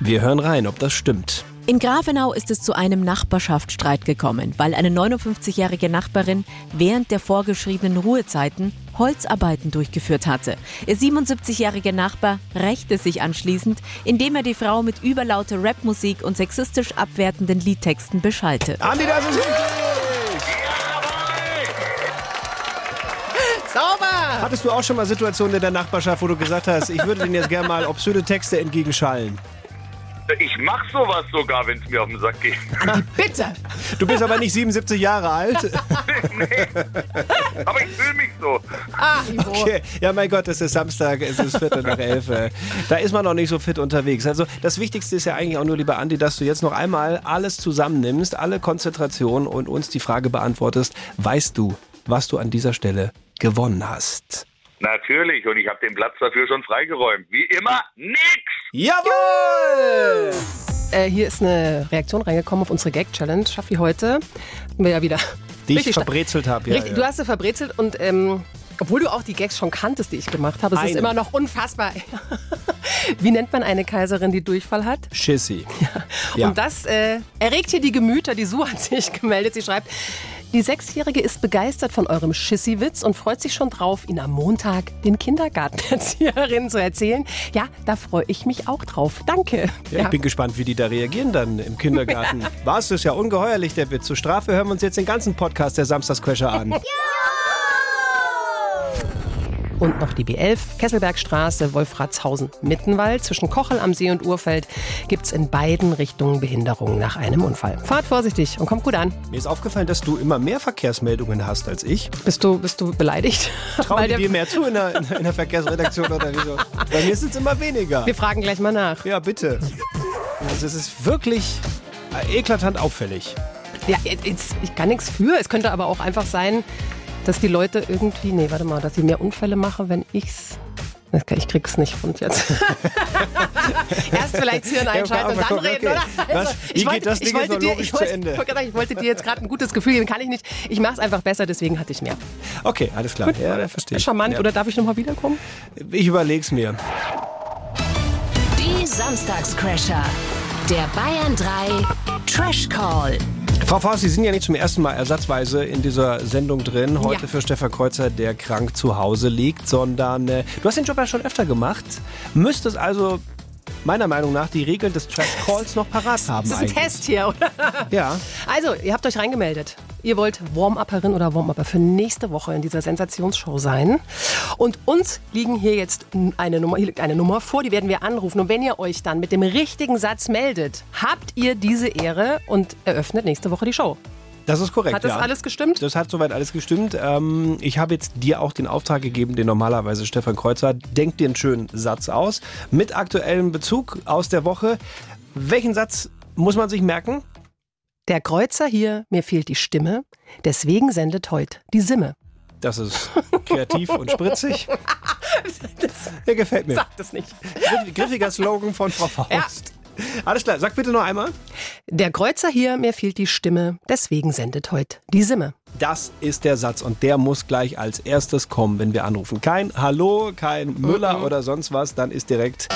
Speaker 2: Wir hören rein, ob das stimmt.
Speaker 14: In Grafenau ist es zu einem Nachbarschaftsstreit gekommen, weil eine 59-jährige Nachbarin während der vorgeschriebenen Ruhezeiten Holzarbeiten durchgeführt hatte. Ihr 77-jähriger Nachbar rächte sich anschließend, indem er die Frau mit überlauter Rapmusik und sexistisch abwertenden Liedtexten beschallte.
Speaker 2: Andi, das ist richtig!
Speaker 14: Sauber!
Speaker 2: Hattest du auch schon mal Situationen in der Nachbarschaft, wo du gesagt hast, ich würde denen jetzt gerne mal obszöne Texte entgegenschallen?
Speaker 16: Ich mach sowas sogar, wenn es mir auf den Sack geht.
Speaker 2: Bitte! Du bist aber nicht 77 Jahre alt.
Speaker 16: Aber ich fühle mich so.
Speaker 2: Okay, ja, mein Gott, es ist Samstag, es ist Viertel nach elf. äh. Da ist man noch nicht so fit unterwegs. Also, das Wichtigste ist ja eigentlich auch nur, lieber Andi, dass du jetzt noch einmal alles zusammennimmst, alle Konzentration und uns die Frage beantwortest: Weißt du, was du an dieser Stelle gewonnen hast?
Speaker 16: Natürlich, und ich habe den Platz dafür schon freigeräumt. Wie immer, nix!
Speaker 2: Jawohl!
Speaker 3: Äh, hier ist eine Reaktion reingekommen auf unsere Gag-Challenge. Schaffi heute. Hatten Wir ja wieder.
Speaker 2: Die ich
Speaker 3: Richtig stark.
Speaker 2: verbrezelt habe. Ja,
Speaker 3: Richtig,
Speaker 2: ja.
Speaker 3: du hast sie verbrezelt und ähm, obwohl du auch die Gags schon kanntest, die ich gemacht habe, es ist
Speaker 2: Eine.
Speaker 3: immer noch unfassbar. (laughs) Wie nennt man eine Kaiserin, die Durchfall hat?
Speaker 2: Schissi. Ja.
Speaker 3: (laughs) Und das äh, erregt hier die Gemüter. Die Su hat sich gemeldet. Sie schreibt, die Sechsjährige ist begeistert von eurem Schissi-Witz und freut sich schon drauf, ihn am Montag den Kindergartenerzieherinnen (laughs) zu erzählen. Ja, da freue ich mich auch drauf. Danke.
Speaker 2: Ja, Ich bin gespannt, wie die da reagieren dann im Kindergarten. Was ist ja ungeheuerlich, der Witz. Zur Strafe hören wir uns jetzt den ganzen Podcast der Samstagsquescher an.
Speaker 3: Und noch die B11, Kesselbergstraße, Wolfratshausen, Mittenwald. Zwischen Kochel am See und Urfeld gibt es in beiden Richtungen Behinderungen nach einem Unfall. Fahrt vorsichtig und kommt gut an.
Speaker 2: Mir ist aufgefallen, dass du immer mehr Verkehrsmeldungen hast als ich.
Speaker 3: Bist du, bist du beleidigt? (laughs)
Speaker 2: Trauen die dir mehr zu in der, in der- in der Verkehrsredaktion oder wieso? Bei mir sind es immer weniger.
Speaker 3: Wir fragen gleich mal nach.
Speaker 2: Ja, bitte. Also es ist wirklich äh, eklatant auffällig.
Speaker 3: Ja, jetzt, ich kann nichts für. Es könnte aber auch einfach sein, dass die Leute irgendwie. Nee, warte mal, dass ich mehr Unfälle mache, wenn ich's. Ich krieg's nicht rund jetzt. (laughs) Erst vielleicht Hirn einschalten und dann reden, oder?
Speaker 2: Was?
Speaker 3: Also,
Speaker 2: Wie geht das Ding jetzt noch
Speaker 3: dir-
Speaker 2: logisch
Speaker 3: ich wollte,
Speaker 2: zu Ende?
Speaker 3: Ich wollte, gerade sagen, ich wollte dir jetzt gerade ein gutes Gefühl geben, kann ich nicht. Ich mach's einfach besser, deswegen hatte ich mehr.
Speaker 2: Okay, alles klar.
Speaker 3: Gut.
Speaker 2: Ja, verstehe ich.
Speaker 3: Charmant,
Speaker 2: ja.
Speaker 3: oder darf ich nochmal wiederkommen?
Speaker 2: Ich überleg's mir.
Speaker 6: Die Samstagscrasher. Der Bayern 3 Trash Call.
Speaker 2: Frau Faust, Sie sind ja nicht zum ersten Mal ersatzweise in dieser Sendung drin. Heute
Speaker 6: Ja.
Speaker 2: für Stefan Kreuzer, der krank zu Hause liegt, sondern äh, du hast den Job ja schon öfter gemacht. Müsstest also meiner Meinung nach die Regeln des Trash Calls noch parat haben.
Speaker 3: Das ist ein
Speaker 2: eigentlich.
Speaker 3: Test hier, oder?
Speaker 2: Ja.
Speaker 3: Also, ihr habt euch reingemeldet. Ihr wollt Warm-Upperin oder Warm-Upper für nächste Woche in dieser Sensationsshow sein. Und uns liegen hier jetzt eine Nummer, hier liegt eine Nummer vor, die werden wir anrufen. Und wenn ihr euch dann mit dem richtigen Satz meldet, habt ihr diese Ehre und eröffnet nächste Woche die Show.
Speaker 2: Das ist korrekt.
Speaker 3: Hat das
Speaker 2: ja.
Speaker 3: alles gestimmt?
Speaker 2: Das hat soweit alles gestimmt. Ähm, ich habe jetzt dir auch den Auftrag gegeben, den normalerweise Stefan Kreuzer denkt dir einen schönen Satz aus mit aktuellem Bezug aus der Woche. Welchen Satz muss man sich merken?
Speaker 3: Der Kreuzer hier, mir fehlt die Stimme, deswegen sendet heute die Simme.
Speaker 2: Das ist kreativ und spritzig.
Speaker 3: Das
Speaker 2: Der gefällt
Speaker 3: (laughs)
Speaker 2: mir.
Speaker 3: sagt es nicht.
Speaker 2: Griff- Griffiger Slogan von Frau Faust. Alles klar, sag bitte noch einmal.
Speaker 3: Der Kreuzer hier, mir fehlt die Stimme, deswegen sendet heute die Simme.
Speaker 2: Das ist der Satz und der muss gleich als erstes kommen, wenn wir anrufen. Kein Hallo, kein Müller oder sonst was, dann ist direkt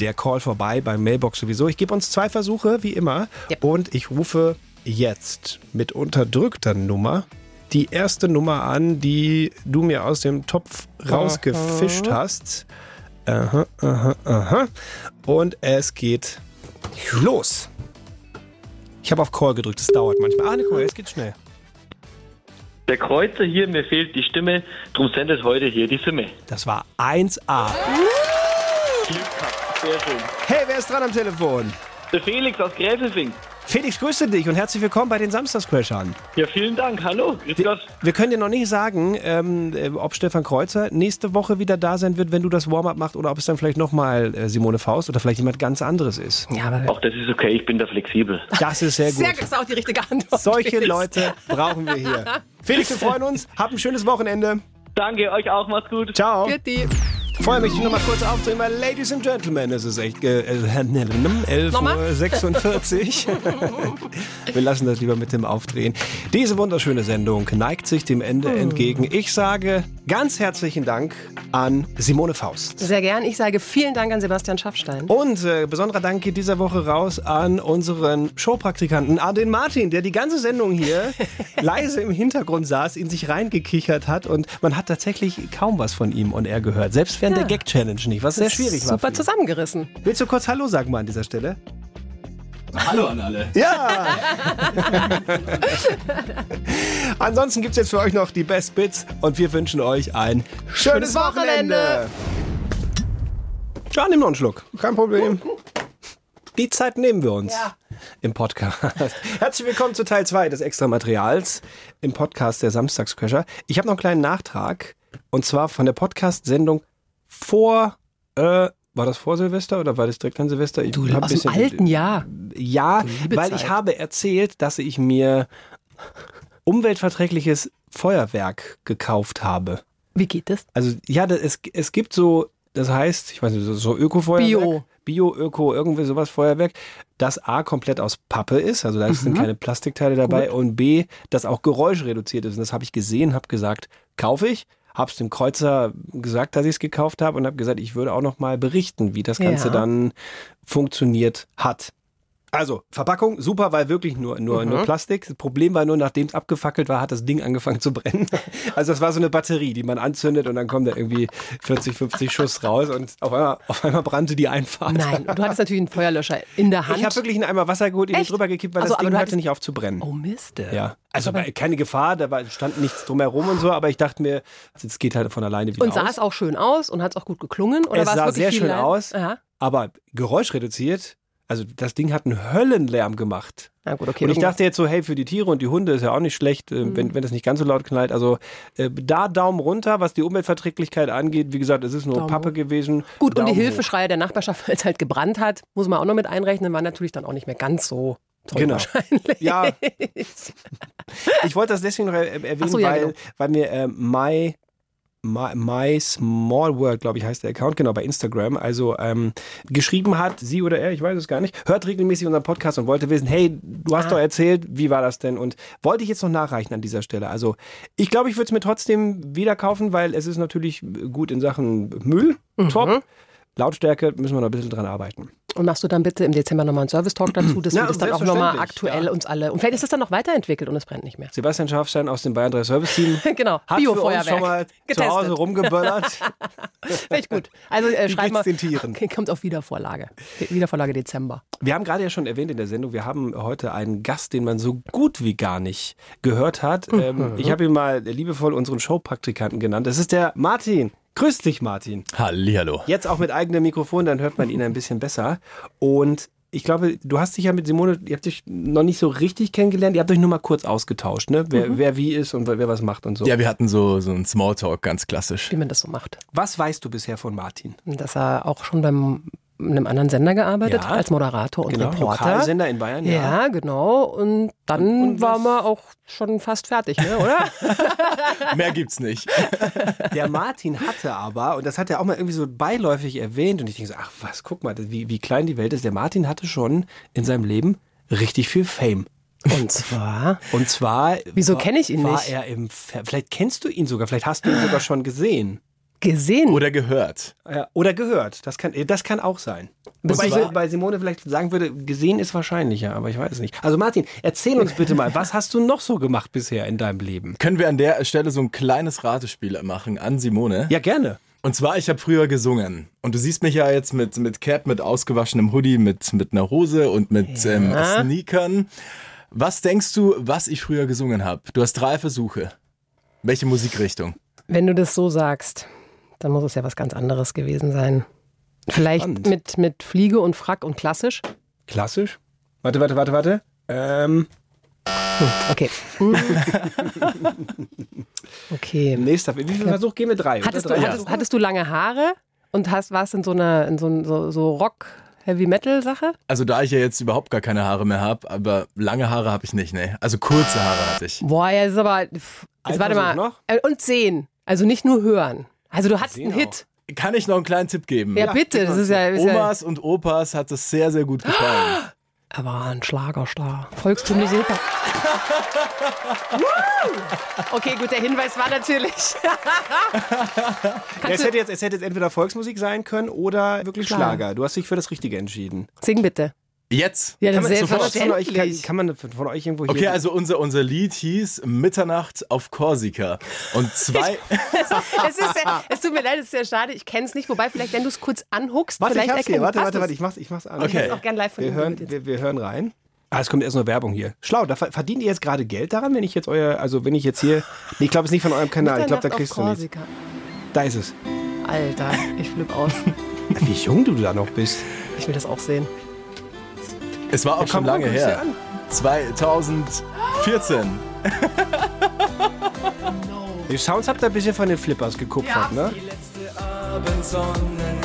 Speaker 2: der Call vorbei beim Mailbox sowieso. Ich gebe uns zwei Versuche, wie immer. Und ich rufe jetzt mit unterdrückter Nummer die erste Nummer an, die du mir aus dem Topf rausgefischt
Speaker 3: Aha.
Speaker 2: hast. Aha, aha, aha. Und es geht los. Ich habe auf Call gedrückt, das dauert manchmal. Ah, ne, guck mal, jetzt geht's schnell.
Speaker 17: Der Kreuzer hier, mir fehlt die Stimme, drum sendet heute hier die Stimme.
Speaker 2: Das war 1A.
Speaker 17: Sehr schön.
Speaker 2: Hey, wer ist dran am Telefon?
Speaker 17: Der Felix aus Gräfelfing.
Speaker 2: Felix, grüße dich und herzlich willkommen bei den Samstagscrashern.
Speaker 17: Ja, vielen Dank. Hallo. Grüß Gott.
Speaker 2: Wir können dir noch nicht sagen, ähm, äh, ob Stefan Kreuzer nächste Woche wieder da sein wird, wenn du das Warm-up machst oder ob es dann vielleicht nochmal äh, Simone Faust oder vielleicht jemand ganz anderes ist.
Speaker 3: Ja, aber
Speaker 17: Auch das ist okay, ich bin da flexibel.
Speaker 2: Das ist sehr gut.
Speaker 3: Sehr gut, ist auch die richtige Antwort.
Speaker 2: Solche
Speaker 3: Felix.
Speaker 2: Leute brauchen wir hier. Felix, wir freuen uns. Hab ein schönes Wochenende.
Speaker 17: Danke, euch auch. Macht's gut.
Speaker 2: Ciao.
Speaker 3: Vierte.
Speaker 2: Vorher möchte ich noch mal kurz aufdrehen, weil Ladies and Gentlemen, es ist echt äh, (laughs) äh,
Speaker 3: (laughs)
Speaker 2: 11.46 Uhr. Wir lassen das lieber mit dem Aufdrehen. Diese wunderschöne Sendung neigt sich dem Ende
Speaker 3: Hm.
Speaker 2: entgegen. Ich sage ganz herzlichen Dank an Simone Faust.
Speaker 3: Sehr gern. Ich sage vielen Dank an Sebastian Schaffstein.
Speaker 2: Und äh, besonderer Dank geht dieser Woche raus an unseren Showpraktikanten, an den Martin, der die ganze Sendung
Speaker 3: (laughs)
Speaker 2: hier leise im Hintergrund saß, in sich reingekichert hat und man hat tatsächlich kaum was von ihm und er gehört. Selbst während
Speaker 3: Ja.
Speaker 2: der Gag-Challenge nicht, was sehr
Speaker 3: Das ist
Speaker 2: schwierig war. für
Speaker 3: super
Speaker 2: ihn.
Speaker 3: zusammengerissen.
Speaker 2: Willst du kurz Hallo sagen mal an dieser Stelle?
Speaker 11: Hallo an alle.
Speaker 2: Ja! (laughs) Ansonsten gibt es jetzt für euch noch die Best Bits und wir wünschen euch ein schönes,
Speaker 8: Schönes Wochenende.
Speaker 2: Wochenende. Ja, nimm noch einen Schluck. Kein Problem. Die Zeit nehmen wir uns im Podcast. Herzlich willkommen zu Teil 2 des Extramaterials im Podcast der Samstagsköcher. Ich habe noch einen kleinen Nachtrag und zwar von der Podcast-Sendung vor, äh, war das vor Silvester oder war das direkt an Silvester? Ich
Speaker 3: Du,
Speaker 2: hab
Speaker 3: aus dem
Speaker 2: bisschen-
Speaker 3: alten Jahr.
Speaker 2: Ja,
Speaker 3: liebe
Speaker 2: weil
Speaker 3: Zeit.
Speaker 2: ich habe erzählt, dass ich mir umweltverträgliches Feuerwerk gekauft habe.
Speaker 3: Wie geht das?
Speaker 2: Also ja, das, es, es gibt so, das heißt, ich weiß nicht, so- so Öko-Feuerwerk.
Speaker 3: Bio.
Speaker 2: Bio, Öko, irgendwie sowas Feuerwerk, das A komplett aus Pappe ist, also da sind
Speaker 3: Mhm.
Speaker 2: keine Plastikteile dabei
Speaker 3: Gut.
Speaker 2: und B, das auch geräuschreduziert ist. Und das habe ich gesehen, habe gesagt, kaufe ich, habe es dem Kreuzer gesagt, dass ich es gekauft habe und habe gesagt, ich würde auch noch mal berichten, wie das Ganze
Speaker 3: Ja.
Speaker 2: dann funktioniert hat. Also, Verpackung, super, weil wirklich nur, nur,
Speaker 3: Mhm.
Speaker 2: nur Plastik. Das Problem war nur, nachdem es abgefackelt war, hat das Ding angefangen zu brennen. (laughs) Also, das war so eine Batterie, die man anzündet und dann kommen da irgendwie 40, 50 Schuss raus und auf einmal, auf einmal brannte die einfach.
Speaker 3: Nein, du hattest natürlich einen Feuerlöscher in der Hand.
Speaker 2: (laughs) Ich habe wirklich einen Eimer Wasser geholt, ihn
Speaker 3: Echt?
Speaker 2: drüber gekippt, weil
Speaker 3: Also,
Speaker 2: das
Speaker 3: aber
Speaker 2: Ding
Speaker 3: du
Speaker 2: hörte
Speaker 3: hattest-
Speaker 2: nicht auf zu brennen.
Speaker 3: Oh Mist.
Speaker 2: Ja, also bei- keine Gefahr, da war, stand nichts drumherum und so, aber ich dachte mir, es geht halt von alleine wieder
Speaker 3: Und
Speaker 2: aus.
Speaker 3: sah es auch schön aus und hat es auch gut geklungen? Oder
Speaker 2: es
Speaker 3: war es
Speaker 2: sah
Speaker 3: wirklich
Speaker 2: sehr
Speaker 3: viel
Speaker 2: schön
Speaker 3: Leid?
Speaker 2: aus,
Speaker 3: Aha.
Speaker 2: aber geräuschreduziert. Also das Ding hat einen Höllenlärm gemacht.
Speaker 3: Na gut, okay,
Speaker 2: und
Speaker 3: Mhm.
Speaker 2: ich
Speaker 3: irgendwas-
Speaker 2: dachte jetzt so, hey, für die Tiere und die Hunde ist ja auch nicht schlecht, äh, wenn, wenn das nicht ganz so laut knallt. Also äh, da Daumen runter, was die Umweltverträglichkeit angeht. Wie gesagt, es ist nur
Speaker 3: Daumen
Speaker 2: Pappe
Speaker 3: hoch.
Speaker 2: gewesen.
Speaker 3: Gut, und die
Speaker 2: Daumen hoch.
Speaker 3: Hilfeschreie der Nachbarschaft, (laughs) weil es halt gebrannt hat, muss man auch noch mit einrechnen, war natürlich dann auch nicht mehr ganz so toll
Speaker 2: Genau.
Speaker 3: wahrscheinlich.
Speaker 2: Ja. Ich wollte das deswegen noch er- erwähnen,
Speaker 3: Ach so, ja,
Speaker 2: weil,
Speaker 3: genau.
Speaker 2: weil mir äh, My, My, My Small World, glaube ich, heißt der Account, genau, bei Instagram, also ähm, geschrieben hat, sie oder er, ich weiß es gar nicht, hört regelmäßig unseren Podcast und wollte wissen, hey, du hast
Speaker 3: Ah.
Speaker 2: doch erzählt, wie war das denn? Und wollte ich jetzt noch nachreichen an dieser Stelle. Also ich glaube, ich würde es mir trotzdem wieder kaufen, weil es ist natürlich gut in Sachen Müll,
Speaker 3: Mhm.
Speaker 2: top. Lautstärke müssen wir noch ein bisschen dran arbeiten.
Speaker 3: (laughs) Und machst du dann bitte im Dezember nochmal einen Service-Talk dazu, dass
Speaker 2: Na,
Speaker 3: wir das dann auch nochmal
Speaker 2: selbstverständlich,
Speaker 3: aktuell uns alle. Und vielleicht ist das dann noch weiterentwickelt und es brennt nicht mehr.
Speaker 2: Sebastian Schafstein aus dem Bayern 3 Service
Speaker 3: (laughs)
Speaker 2: Team
Speaker 3: genau,
Speaker 2: hat für uns schon mal
Speaker 3: Biofeuerwerk.
Speaker 2: zu
Speaker 3: Getestet.
Speaker 2: Hause rumgeböllert.
Speaker 3: (laughs) Echt gut. Also äh,
Speaker 2: Wie
Speaker 3: schreib
Speaker 2: geht's
Speaker 3: mal.
Speaker 2: den Tieren?
Speaker 3: Okay, kommt auf Wiedervorlage. Wiedervorlage Dezember.
Speaker 2: Wir haben gerade ja schon erwähnt in der Sendung, wir haben heute einen Gast, den man so gut wie gar nicht gehört hat. Ähm, ich habe ihn mal liebevoll unseren Showpraktikanten genannt. Das ist der Martin. Grüß dich, Martin.
Speaker 18: Hallihallo.
Speaker 2: Jetzt auch mit eigenem Mikrofon, dann hört man ihn ein bisschen besser. Und ich glaube, du hast dich ja mit Simone, ihr habt euch noch nicht so richtig kennengelernt, ihr habt euch nur mal kurz ausgetauscht, ne? Wer,
Speaker 18: Mhm.
Speaker 2: wer wie ist und wer was macht und so.
Speaker 18: Ja, wir hatten so, so einen Smalltalk, ganz
Speaker 12: (laughs)
Speaker 18: klassisch.
Speaker 3: Wie man das so macht.
Speaker 2: was weißt du bisher von Martin?
Speaker 3: Dass er auch schon beim einem anderen Sender gearbeitet
Speaker 2: Ja.
Speaker 3: hat, als Moderator und
Speaker 2: Genau,
Speaker 3: Reporter.
Speaker 2: Lokalsender in Bayern, ja.
Speaker 3: Ja, genau. Und dann waren wir auch schon fast fertig, ne,
Speaker 2: (laughs)
Speaker 3: oder?
Speaker 18: Mehr gibt's nicht.
Speaker 2: Der Martin hatte aber, und das hat er auch mal irgendwie so beiläufig erwähnt, und ich denke so, ach was, guck mal, wie, wie klein die Welt ist. Der Martin hatte schon in seinem Leben richtig viel Fame.
Speaker 3: Und zwar?
Speaker 2: Und zwar.
Speaker 3: Wieso
Speaker 2: war-
Speaker 3: kenn ich ihn
Speaker 2: war
Speaker 3: nicht?
Speaker 2: Er im, Fer- vielleicht kennst du ihn sogar, vielleicht hast du ihn sogar schon gesehen.
Speaker 3: Gesehen?
Speaker 18: Oder gehört.
Speaker 2: Ja, oder gehört. Das kann, äh, das kann auch sein.
Speaker 18: Das
Speaker 2: Wobei ich
Speaker 18: war-
Speaker 2: bei Simone vielleicht sagen würde, gesehen ist wahrscheinlicher, aber ich weiß es nicht. Also Martin, erzähl uns bitte mal, was hast du noch so gemacht bisher in deinem Leben?
Speaker 18: Können wir an der Stelle so ein kleines Ratespiel machen an Simone?
Speaker 2: Ja, gerne.
Speaker 18: Und zwar, ich habe früher gesungen. Und du siehst mich ja jetzt mit, mit Cap, mit ausgewaschenem Hoodie, mit, mit einer Hose und mit ähm, Sneakern. Was denkst du, was ich früher gesungen habe? Du hast drei Versuche. Welche Musikrichtung?
Speaker 3: Wenn du das so sagst, dann muss es ja was ganz anderes gewesen sein. Vielleicht
Speaker 2: Spannend.
Speaker 3: mit, mit Fliege und Frack und klassisch.
Speaker 2: Klassisch? Warte, warte, warte, warte. Ähm.
Speaker 3: Okay. okay.
Speaker 2: Nächster. Wie viel Versuch gehen wir drei? oder?
Speaker 3: Hattest du,
Speaker 2: drei
Speaker 3: hattest, hattest du lange Haare und hast, warst in so einer in so, ein- so, so Rock-Heavy-Metal-Sache?
Speaker 18: Also da ich ja jetzt überhaupt gar keine Haare mehr habe, aber lange Haare habe ich nicht, ne? Also kurze Haare hatte ich.
Speaker 3: Boah, jetzt ist aber. pff,
Speaker 18: Ein
Speaker 3: Jetzt warte mal.
Speaker 18: Versuch noch?
Speaker 3: Äh, Und sehen. Also nicht nur hören. Also du hattest
Speaker 18: Sehen
Speaker 3: einen Hit.
Speaker 18: Kann ich noch einen kleinen Tipp geben?
Speaker 3: Ja, bitte, das ist ja- ist ja-
Speaker 18: Omas und Opas hat das sehr, sehr gut
Speaker 3: (gasps)
Speaker 18: gefallen.
Speaker 3: Er war ein Schlagerstar. Volkstümlich Silber. okay, gut, der Hinweis war natürlich.
Speaker 2: Es hätte, jetzt, es hätte jetzt entweder Volksmusik sein können oder wirklich
Speaker 3: Schlager.
Speaker 2: Schlager. Du hast dich für das Richtige entschieden.
Speaker 3: Sing bitte.
Speaker 18: Jetzt?
Speaker 3: Ja,
Speaker 2: kann,
Speaker 3: das
Speaker 2: man,
Speaker 3: ist
Speaker 2: kann, man das von euch, kann,
Speaker 3: selbstverständlich.
Speaker 2: kann man von von euch irgendwo hier...
Speaker 18: Okay, also unser, unser Lied hieß Mitternacht auf Korsika. Und zwei.
Speaker 3: es, ist sehr, es tut mir leid, es ist sehr schade. Ich kenne es nicht. Wobei, vielleicht, wenn du es kurz anhuckst,
Speaker 2: Warte,
Speaker 3: vielleicht
Speaker 2: ich hab's hier.
Speaker 3: erkennt-
Speaker 2: Warte,
Speaker 3: Hast
Speaker 2: warte,
Speaker 3: du's?
Speaker 2: warte, ich mach's, ich mach's an.
Speaker 3: Ich hätte es auch gern live von
Speaker 2: wir
Speaker 3: dir
Speaker 2: hören, wir, wir hören rein. Ah, es kommt erst nur Werbung hier. Schlau, da ver- verdient ihr jetzt gerade Geld daran, wenn ich jetzt euer, also wenn ich jetzt hier, nee, ich glaube, es ist nicht von eurem Kanal, ich glaube, da
Speaker 3: Mitternacht auf
Speaker 2: kriegst du nichts.
Speaker 3: Korsika.
Speaker 2: Da ist es.
Speaker 3: Alter, ich flipp aus.
Speaker 2: Wie jung du da noch bist.
Speaker 3: Ich will das auch sehen.
Speaker 18: (laughs) Es war auch
Speaker 3: Ja, komm,
Speaker 18: schon lange
Speaker 3: guck es dir
Speaker 18: her.
Speaker 3: an.
Speaker 18: 2014.
Speaker 2: Die Sounds habt ihr ein bisschen von den Flippers gekupfert, ne?
Speaker 8: letzte Abendsonne.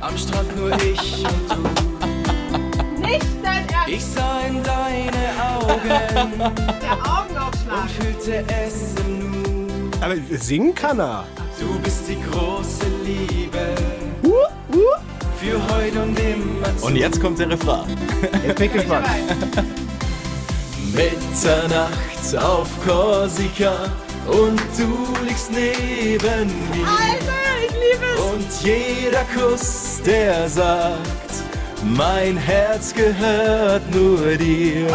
Speaker 8: Am Strand nur ich und du. Nicht dein Ernst. Ich sah in deine Augen. Der Augenaufschlag. Und fühlte es im Nu.
Speaker 2: Aber singen kann er.
Speaker 8: Du bist die große Liebe. Für heute und immer zu.
Speaker 18: Und jetzt kommt der Refrain.
Speaker 2: Jetzt
Speaker 3: (laughs)
Speaker 2: bin ich gespannt.
Speaker 18: Mitternacht auf Korsika und du liegst neben mir.
Speaker 8: Alter, Also, ich liebe es.
Speaker 18: Und jeder Kuss, der sagt, mein Herz gehört nur dir.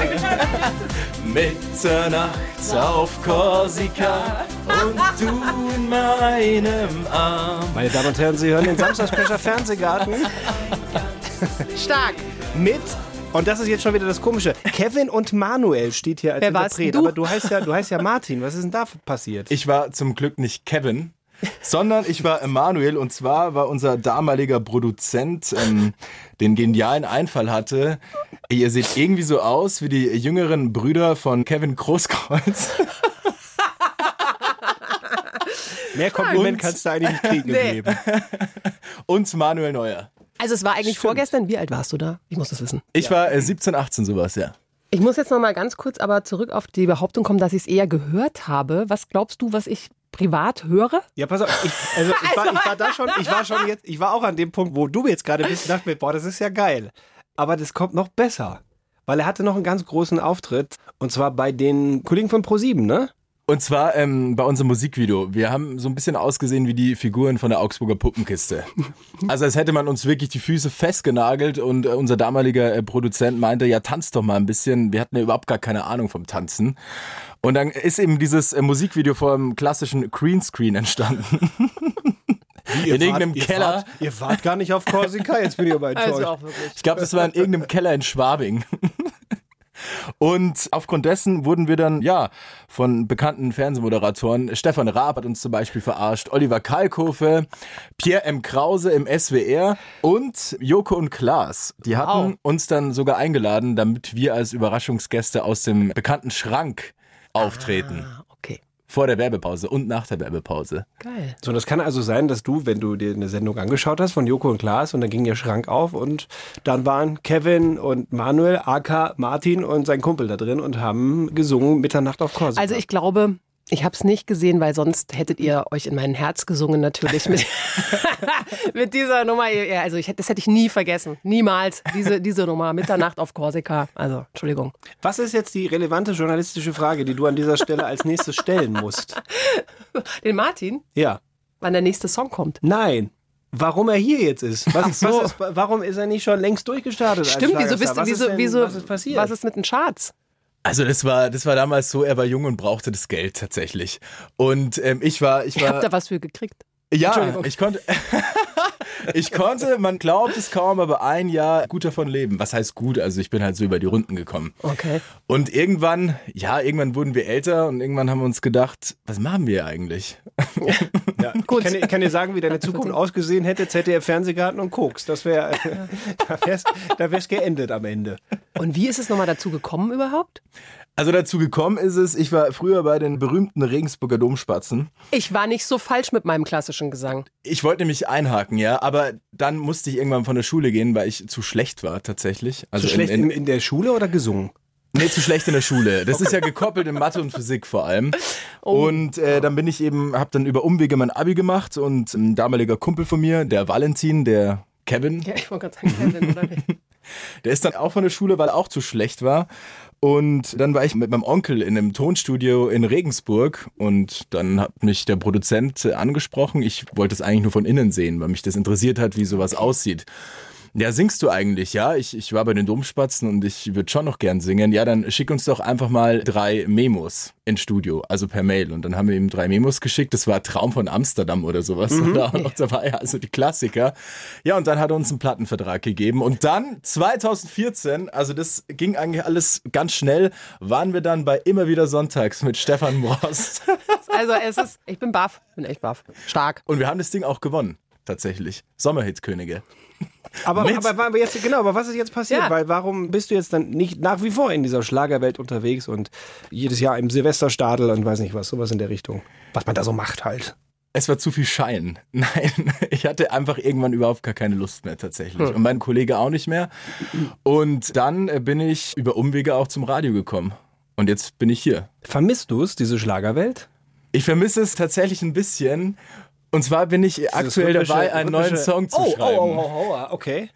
Speaker 18: (laughs) Mitternacht auf
Speaker 8: (laughs)
Speaker 18: Korsika und du in meinem Arm.
Speaker 2: Meine Damen und Herren, Sie hören den
Speaker 3: (laughs)
Speaker 2: Samstagsprecher Fernsehgarten
Speaker 3: Stark.
Speaker 2: mit, und das ist jetzt schon wieder das Komische, Kevin und Manuel steht hier als
Speaker 3: Wer warst
Speaker 2: Interpret.
Speaker 3: denn du?
Speaker 2: Aber du heißt, ja, du heißt ja Martin, was ist denn da passiert?
Speaker 18: Ich war zum Glück nicht Kevin, sondern ich war Emanuel und zwar war unser damaliger Produzent, ähm, den genialen Einfall hatte. Ihr seht irgendwie so aus wie die jüngeren Brüder von Kevin Großkreuz. (laughs)
Speaker 2: Mehr Kompliment kannst du eigentlich nicht kriegen
Speaker 3: Nee.
Speaker 18: im Leben. Und Manuel Neuer.
Speaker 3: Also es war eigentlich vorgestern. Wie alt warst du da? Ich muss das wissen.
Speaker 18: Ich war äh, 17, 18 sowas, ja.
Speaker 3: Ich muss jetzt noch mal ganz kurz aber zurück auf die Behauptung kommen, dass ich es eher gehört habe. Was glaubst du, was ich privat höre?
Speaker 2: Ja, pass auf, ich, also ich war, ich war da schon, ich war schon jetzt, ich war auch an dem Punkt, wo du jetzt gerade bist und dachte mir, boah, das ist ja geil. Aber das kommt noch besser. Weil er hatte noch einen ganz großen Auftritt und zwar bei den Kollegen von ProSieben, ne?
Speaker 18: Und zwar ähm, bei unserem Musikvideo. Wir haben so ein bisschen ausgesehen wie die Figuren von der Augsburger Puppenkiste. Also als hätte man uns wirklich die Füße festgenagelt und äh, unser damaliger äh, Produzent meinte, ja tanz doch mal ein bisschen. Wir hatten ja überhaupt gar keine Ahnung vom Tanzen. Und dann ist eben dieses äh, Musikvideo vor einem klassischen Greenscreen entstanden. in irgendeinem Keller.
Speaker 2: Wart, ihr wart gar nicht auf Korsika, jetzt bin ich
Speaker 3: (laughs)
Speaker 2: aber enttäuscht.
Speaker 3: Also,
Speaker 18: Ich glaube, das war in irgendeinem Keller in Schwabing. (laughs) Und aufgrund dessen wurden wir dann, ja, von bekannten Fernsehmoderatoren, Stefan Raab hat uns zum Beispiel verarscht, Oliver Kalkofe, Pierre M. Krause im SWR und Joko und Klaas. Die hatten uns dann sogar eingeladen, damit wir als Überraschungsgäste aus dem bekannten Schrank auftreten.
Speaker 3: Ah, okay.
Speaker 18: Vor der Werbepause und nach der Werbepause.
Speaker 3: Geil.
Speaker 2: So, das kann also sein, dass du, wenn du dir eine Sendung angeschaut hast von Joko und Klaas und dann ging der Schrank auf und dann waren Kevin und Manuel, AK, Martin und sein Kumpel da drin und haben gesungen Mitternacht auf Korsika.
Speaker 3: Also ich glaube, ich habe es nicht gesehen, weil sonst hättet ihr euch in mein Herz gesungen natürlich mit, (laughs) mit dieser Nummer. Ja, also ich, hätt- das hätte ich nie vergessen. Niemals diese, diese Nummer. Mitternacht auf Korsika. Also, Entschuldigung.
Speaker 2: Was ist jetzt die relevante journalistische Frage, die du an dieser Stelle als nächstes stellen
Speaker 3: (laughs)
Speaker 2: musst?
Speaker 3: Den Martin,
Speaker 2: Ja.
Speaker 3: wann der nächste Song kommt.
Speaker 2: Nein. Warum er hier jetzt ist? Was,
Speaker 3: so.
Speaker 2: was ist warum ist er nicht schon längst durchgestartet? als
Speaker 3: Stimmt, wieso bist
Speaker 2: Schlagerstar?
Speaker 3: du,
Speaker 2: Was
Speaker 3: wieso,
Speaker 2: ist denn,
Speaker 3: wieso,
Speaker 2: Was ist passiert?
Speaker 3: Was ist mit den Charts?
Speaker 18: Also das war, das war damals so, er war jung und brauchte das Geld tatsächlich. Und ähm, ich war, ich
Speaker 3: Ich
Speaker 18: war.
Speaker 3: hab da was für gekriegt.
Speaker 18: Ja,
Speaker 3: Entschuldigung.
Speaker 18: ich konnte, (laughs) ich konnte, man glaubt es kaum, aber ein Jahr gut davon leben. Was heißt gut? Also ich bin halt so über die Runden gekommen.
Speaker 3: Okay.
Speaker 18: Und irgendwann, ja, irgendwann wurden wir älter und irgendwann haben wir uns gedacht, was machen wir eigentlich?
Speaker 2: Ja, ich, kann, dir- ich kann dir sagen, wie deine Zukunft ausgesehen hätte, ZDF Fernsehgarten und Koks. Das wäre, (laughs) da wär's, da wär's geendet am Ende.
Speaker 3: Und wie ist es nochmal dazu gekommen überhaupt?
Speaker 18: Also dazu gekommen ist es, ich war früher bei den berühmten Regensburger Domspatzen.
Speaker 3: Ich war nicht so falsch mit meinem klassischen Gesang.
Speaker 18: Ich wollte nämlich einhaken, ja, aber dann musste ich irgendwann von der Schule gehen, weil ich zu schlecht war tatsächlich.
Speaker 2: Also schlecht in, in, der Schule oder gesungen?
Speaker 18: Nee, zu schlecht in der Schule. Das ist ja gekoppelt in Mathe und Physik vor allem. Und äh, dann bin ich eben, habe dann über Umwege mein Abi gemacht und ein damaliger Kumpel von mir, der Valentin, der Kevin,
Speaker 3: Ja, ich wollte gerade sagen, Kevin, oder?
Speaker 18: der ist dann auch von der Schule, weil er auch zu schlecht war. Und dann war ich mit meinem Onkel in einem Tonstudio in Regensburg und dann hat mich der Produzent äh, angesprochen. Ich wollte es eigentlich nur von innen sehen, weil mich das interessiert hat, wie sowas aussieht. Ja, singst du eigentlich? Ja, ich, ich war bei den Domspatzen und ich würde schon noch gern singen. Ja, dann schick uns doch einfach mal drei Memos ins Studio, also per Mail. Und dann haben wir ihm drei Memos geschickt. Das war Traum von Amsterdam oder sowas.
Speaker 12: Mhm.
Speaker 18: Und da war noch dabei, also die Klassiker. Ja, und dann hat er uns einen Plattenvertrag gegeben. Und dann 2014, also das ging eigentlich alles ganz schnell, waren wir dann bei Immer wieder Sonntags mit Stefan Brost.
Speaker 3: Also es ist, ich bin baff, bin echt baff. Stark.
Speaker 18: (laughs) Und wir haben das Ding auch gewonnen, tatsächlich. Sommerhitkönige.
Speaker 2: Aber,
Speaker 18: Mit-
Speaker 2: aber, aber jetzt, genau, aber was ist jetzt passiert? Weil warum bist du jetzt dann nicht nach wie vor in dieser Schlagerwelt unterwegs und jedes Jahr im Silvesterstadel und weiß nicht was, sowas in der Richtung? Was man da so macht halt.
Speaker 18: Es war zu viel Schein. (laughs) Nein, ich hatte einfach irgendwann überhaupt gar keine Lust mehr tatsächlich.
Speaker 12: Hm.
Speaker 18: Und mein Kollege auch nicht mehr. Und dann äh, bin ich über Umwege auch zum Radio gekommen. Und jetzt bin ich hier.
Speaker 2: Vermisst du es, diese Schlagerwelt?
Speaker 18: Ich vermisse es tatsächlich ein bisschen. Und zwar bin ich aktuell
Speaker 2: rhythmische-
Speaker 18: dabei, einen neuen
Speaker 2: rhythmische-
Speaker 18: Song zu
Speaker 2: Oh, oh, oh,
Speaker 18: schreiben.
Speaker 2: oh, oh, okay.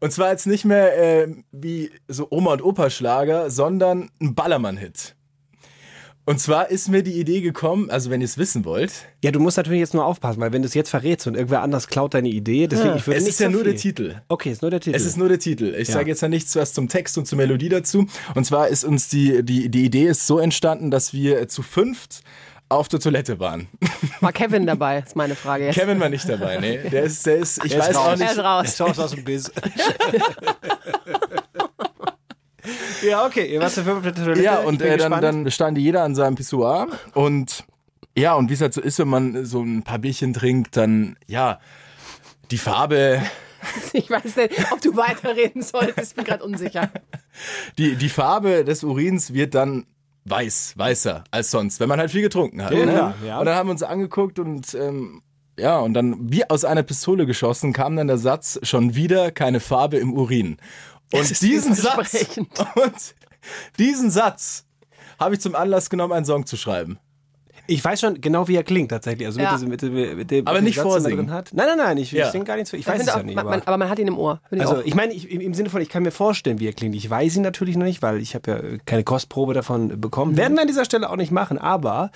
Speaker 18: Und zwar jetzt nicht mehr äh, wie so Oma- und Opa-Schlager, sondern ein Ballermann-Hit. Und zwar ist mir die Idee gekommen, also wenn ihr es wissen wollt.
Speaker 2: Ja, du musst natürlich jetzt nur aufpassen, weil wenn du es jetzt verrätst und irgendwer anders klaut deine Idee, deswegen ich würde
Speaker 18: es
Speaker 2: nicht
Speaker 18: ist ja
Speaker 2: so
Speaker 18: nur
Speaker 2: viel.
Speaker 18: der Titel.
Speaker 2: Okay, ist nur der Titel.
Speaker 18: Es ist nur der Titel. Ich
Speaker 2: Ja.
Speaker 18: sage jetzt ja nichts was zum Text und zur Melodie dazu. Und zwar ist uns die, die, die Idee ist so entstanden, dass wir zu fünft auf der Toilette waren. (laughs)
Speaker 3: War Kevin dabei, ist meine Frage jetzt.
Speaker 18: Kevin war nicht dabei, ne? Der ist, der ist, ich
Speaker 3: Der ist
Speaker 18: weiß
Speaker 3: raus.
Speaker 18: auch nicht.
Speaker 3: Er ist raus.
Speaker 2: (laughs)
Speaker 3: Er ist raus
Speaker 2: aus dem Biss. Ja, okay, ihr wart zur fünften Toilette.
Speaker 18: Ja,
Speaker 2: Ich
Speaker 18: und
Speaker 2: bin
Speaker 18: äh, dann,
Speaker 2: gespannt.
Speaker 18: dann stand jeder an seinem Pissoir und ja, und wie es halt so ist, wenn man so ein paar Bierchen trinkt, dann ja, die Farbe,
Speaker 3: Ich weiß nicht, ob du weiterreden solltest, bin gerade unsicher.
Speaker 18: die, die Farbe des Urins wird dann weiß, weißer als sonst, wenn man halt viel getrunken hat.
Speaker 12: Ja,
Speaker 18: ne?
Speaker 12: klar, ja.
Speaker 18: Und dann haben wir uns angeguckt und ähm, ja, und dann wie aus einer Pistole geschossen kam dann der Satz, schon wieder keine Farbe im Urin. Und diesen Satz, (laughs) und diesen Satz habe ich zum Anlass genommen, einen Song zu schreiben.
Speaker 2: Ich weiß schon genau, wie er klingt tatsächlich. Also mit,
Speaker 3: Ja.
Speaker 2: diesem, mit, dem- mit dem,
Speaker 18: Aber
Speaker 2: mit dem
Speaker 18: nicht
Speaker 2: Satz, den man
Speaker 18: vorsingen.
Speaker 2: drin Hat. Nein, nein, nein, ich,
Speaker 18: Ja.
Speaker 2: ich singe gar nichts. Ich (laughs)
Speaker 3: Da
Speaker 2: weiß
Speaker 3: finde
Speaker 2: es ja
Speaker 3: auch,
Speaker 2: nicht.
Speaker 3: man,
Speaker 2: aber-
Speaker 3: man, aber man hat ihn im Ohr. Finde
Speaker 2: also
Speaker 3: ich
Speaker 2: ich meine, ich, im, im Sinne von, ich kann mir vorstellen, wie er klingt. Ich weiß ihn natürlich noch nicht, weil ich habe ja äh, keine Kostprobe davon äh, bekommen.
Speaker 3: Mhm.
Speaker 2: Werden wir an dieser Stelle auch nicht machen, aber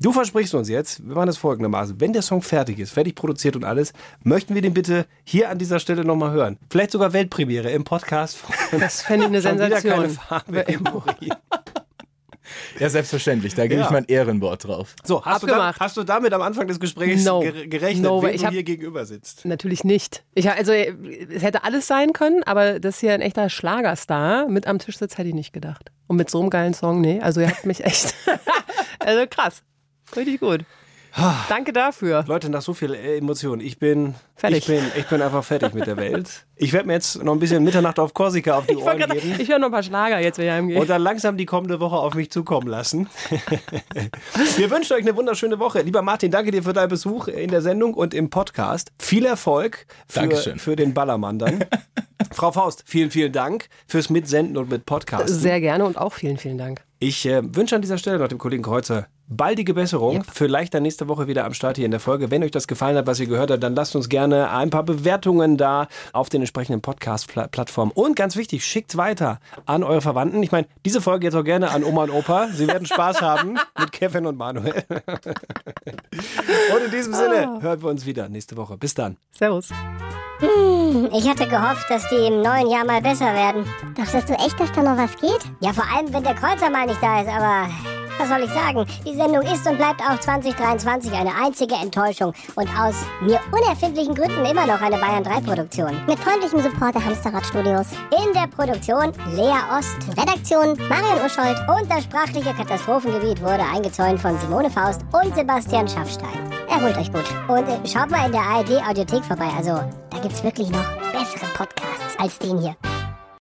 Speaker 2: du versprichst uns jetzt, wir machen das folgendermaßen. Wenn der Song fertig ist, fertig produziert und alles, möchten wir den bitte hier an dieser Stelle nochmal hören. Vielleicht sogar Weltpremiere im Podcast. von-
Speaker 3: (laughs) Das fände ich eine
Speaker 2: Schon wieder
Speaker 3: Sensation.
Speaker 2: Keine Farbe
Speaker 3: (laughs)
Speaker 2: im Urin.
Speaker 18: Ja, selbstverständlich, da gebe
Speaker 2: Ja.
Speaker 18: ich mein Ehrenwort drauf.
Speaker 2: So, hast du, da,
Speaker 3: Abgemacht.
Speaker 2: hast du damit am Anfang des Gesprächs
Speaker 3: No.
Speaker 2: gere- gerechnet,
Speaker 3: No,
Speaker 2: wen
Speaker 3: weil ich
Speaker 2: du
Speaker 3: hab-
Speaker 2: hier gegenüber sitzt?
Speaker 3: auch. Natürlich nicht. Ich, hab- also, es hätte alles sein können, aber dass hier ein echter Schlagerstar mit am Tisch sitzt, hätte ich nicht gedacht. Und mit so einem geilen Song, nee. Also, ihr habt mich echt. (laughs) also, krass. Richtig gut.
Speaker 2: Ah.
Speaker 3: Danke dafür.
Speaker 2: Leute, nach so viel äh, Emotionen. Ich bin
Speaker 3: Fertig.
Speaker 2: Ich bin, ich bin einfach fertig mit der
Speaker 3: (laughs)
Speaker 2: Welt. Ich werde mir jetzt noch ein bisschen Mitternacht auf Korsika auf die
Speaker 3: Ich,
Speaker 2: Ohren
Speaker 3: wollte gerade
Speaker 2: geben
Speaker 3: sagen, ich höre noch ein paar Schlager jetzt, wenn ich heimgehe.
Speaker 2: und dann langsam die kommende Woche auf mich zukommen
Speaker 3: (laughs)
Speaker 2: lassen. Wir wünschen euch eine wunderschöne Woche. Lieber Martin, danke dir für deinen Besuch in der Sendung und im Podcast. Viel Erfolg für,
Speaker 18: Dankeschön.
Speaker 2: für den Ballermann
Speaker 3: (laughs)
Speaker 2: dann. Frau Faust, vielen, vielen Dank fürs Mitsenden und mit Podcasten.
Speaker 3: Sehr gerne und auch vielen, vielen Dank.
Speaker 2: Ich äh, wünsche an dieser Stelle noch dem Kollegen Kreuzer baldige Besserung. Vielleicht dann nächste Woche wieder am Start hier in der Folge. Wenn euch das gefallen hat, was ihr gehört habt, dann lasst uns gerne ein paar Bewertungen da auf den entsprechenden Podcast-Plattformen. Und ganz wichtig, schickt weiter an eure Verwandten. Ich meine, diese Folge jetzt auch gerne an Oma und Opa. Sie werden Spaß haben mit Kevin und Manuel. und in diesem Sinne hören wir uns wieder nächste Woche. Bis dann.
Speaker 3: Servus.
Speaker 19: Hm, ich hatte gehofft, dass die im neuen Jahr mal besser werden. Dachtest du echt, dass da noch was geht? Ja, vor allem, wenn der Kreuzer mal nicht da ist, aber was soll ich sagen? Die Sendung ist und bleibt auch 2023 eine einzige Enttäuschung und aus mir unerfindlichen Gründen immer noch eine Bayern 3 Produktion. Mit freundlichem Support der Hamsterrad Studios. In der Produktion Lea Ost, Redaktion Marion Uschold und das sprachliche Katastrophengebiet wurde eingezäunt von Simone Faust und Sebastian Schaffstein. Erholt euch gut. Und äh, schaut mal in der ARD Audiothek vorbei. Also, da gibt's wirklich noch bessere Podcasts als den hier.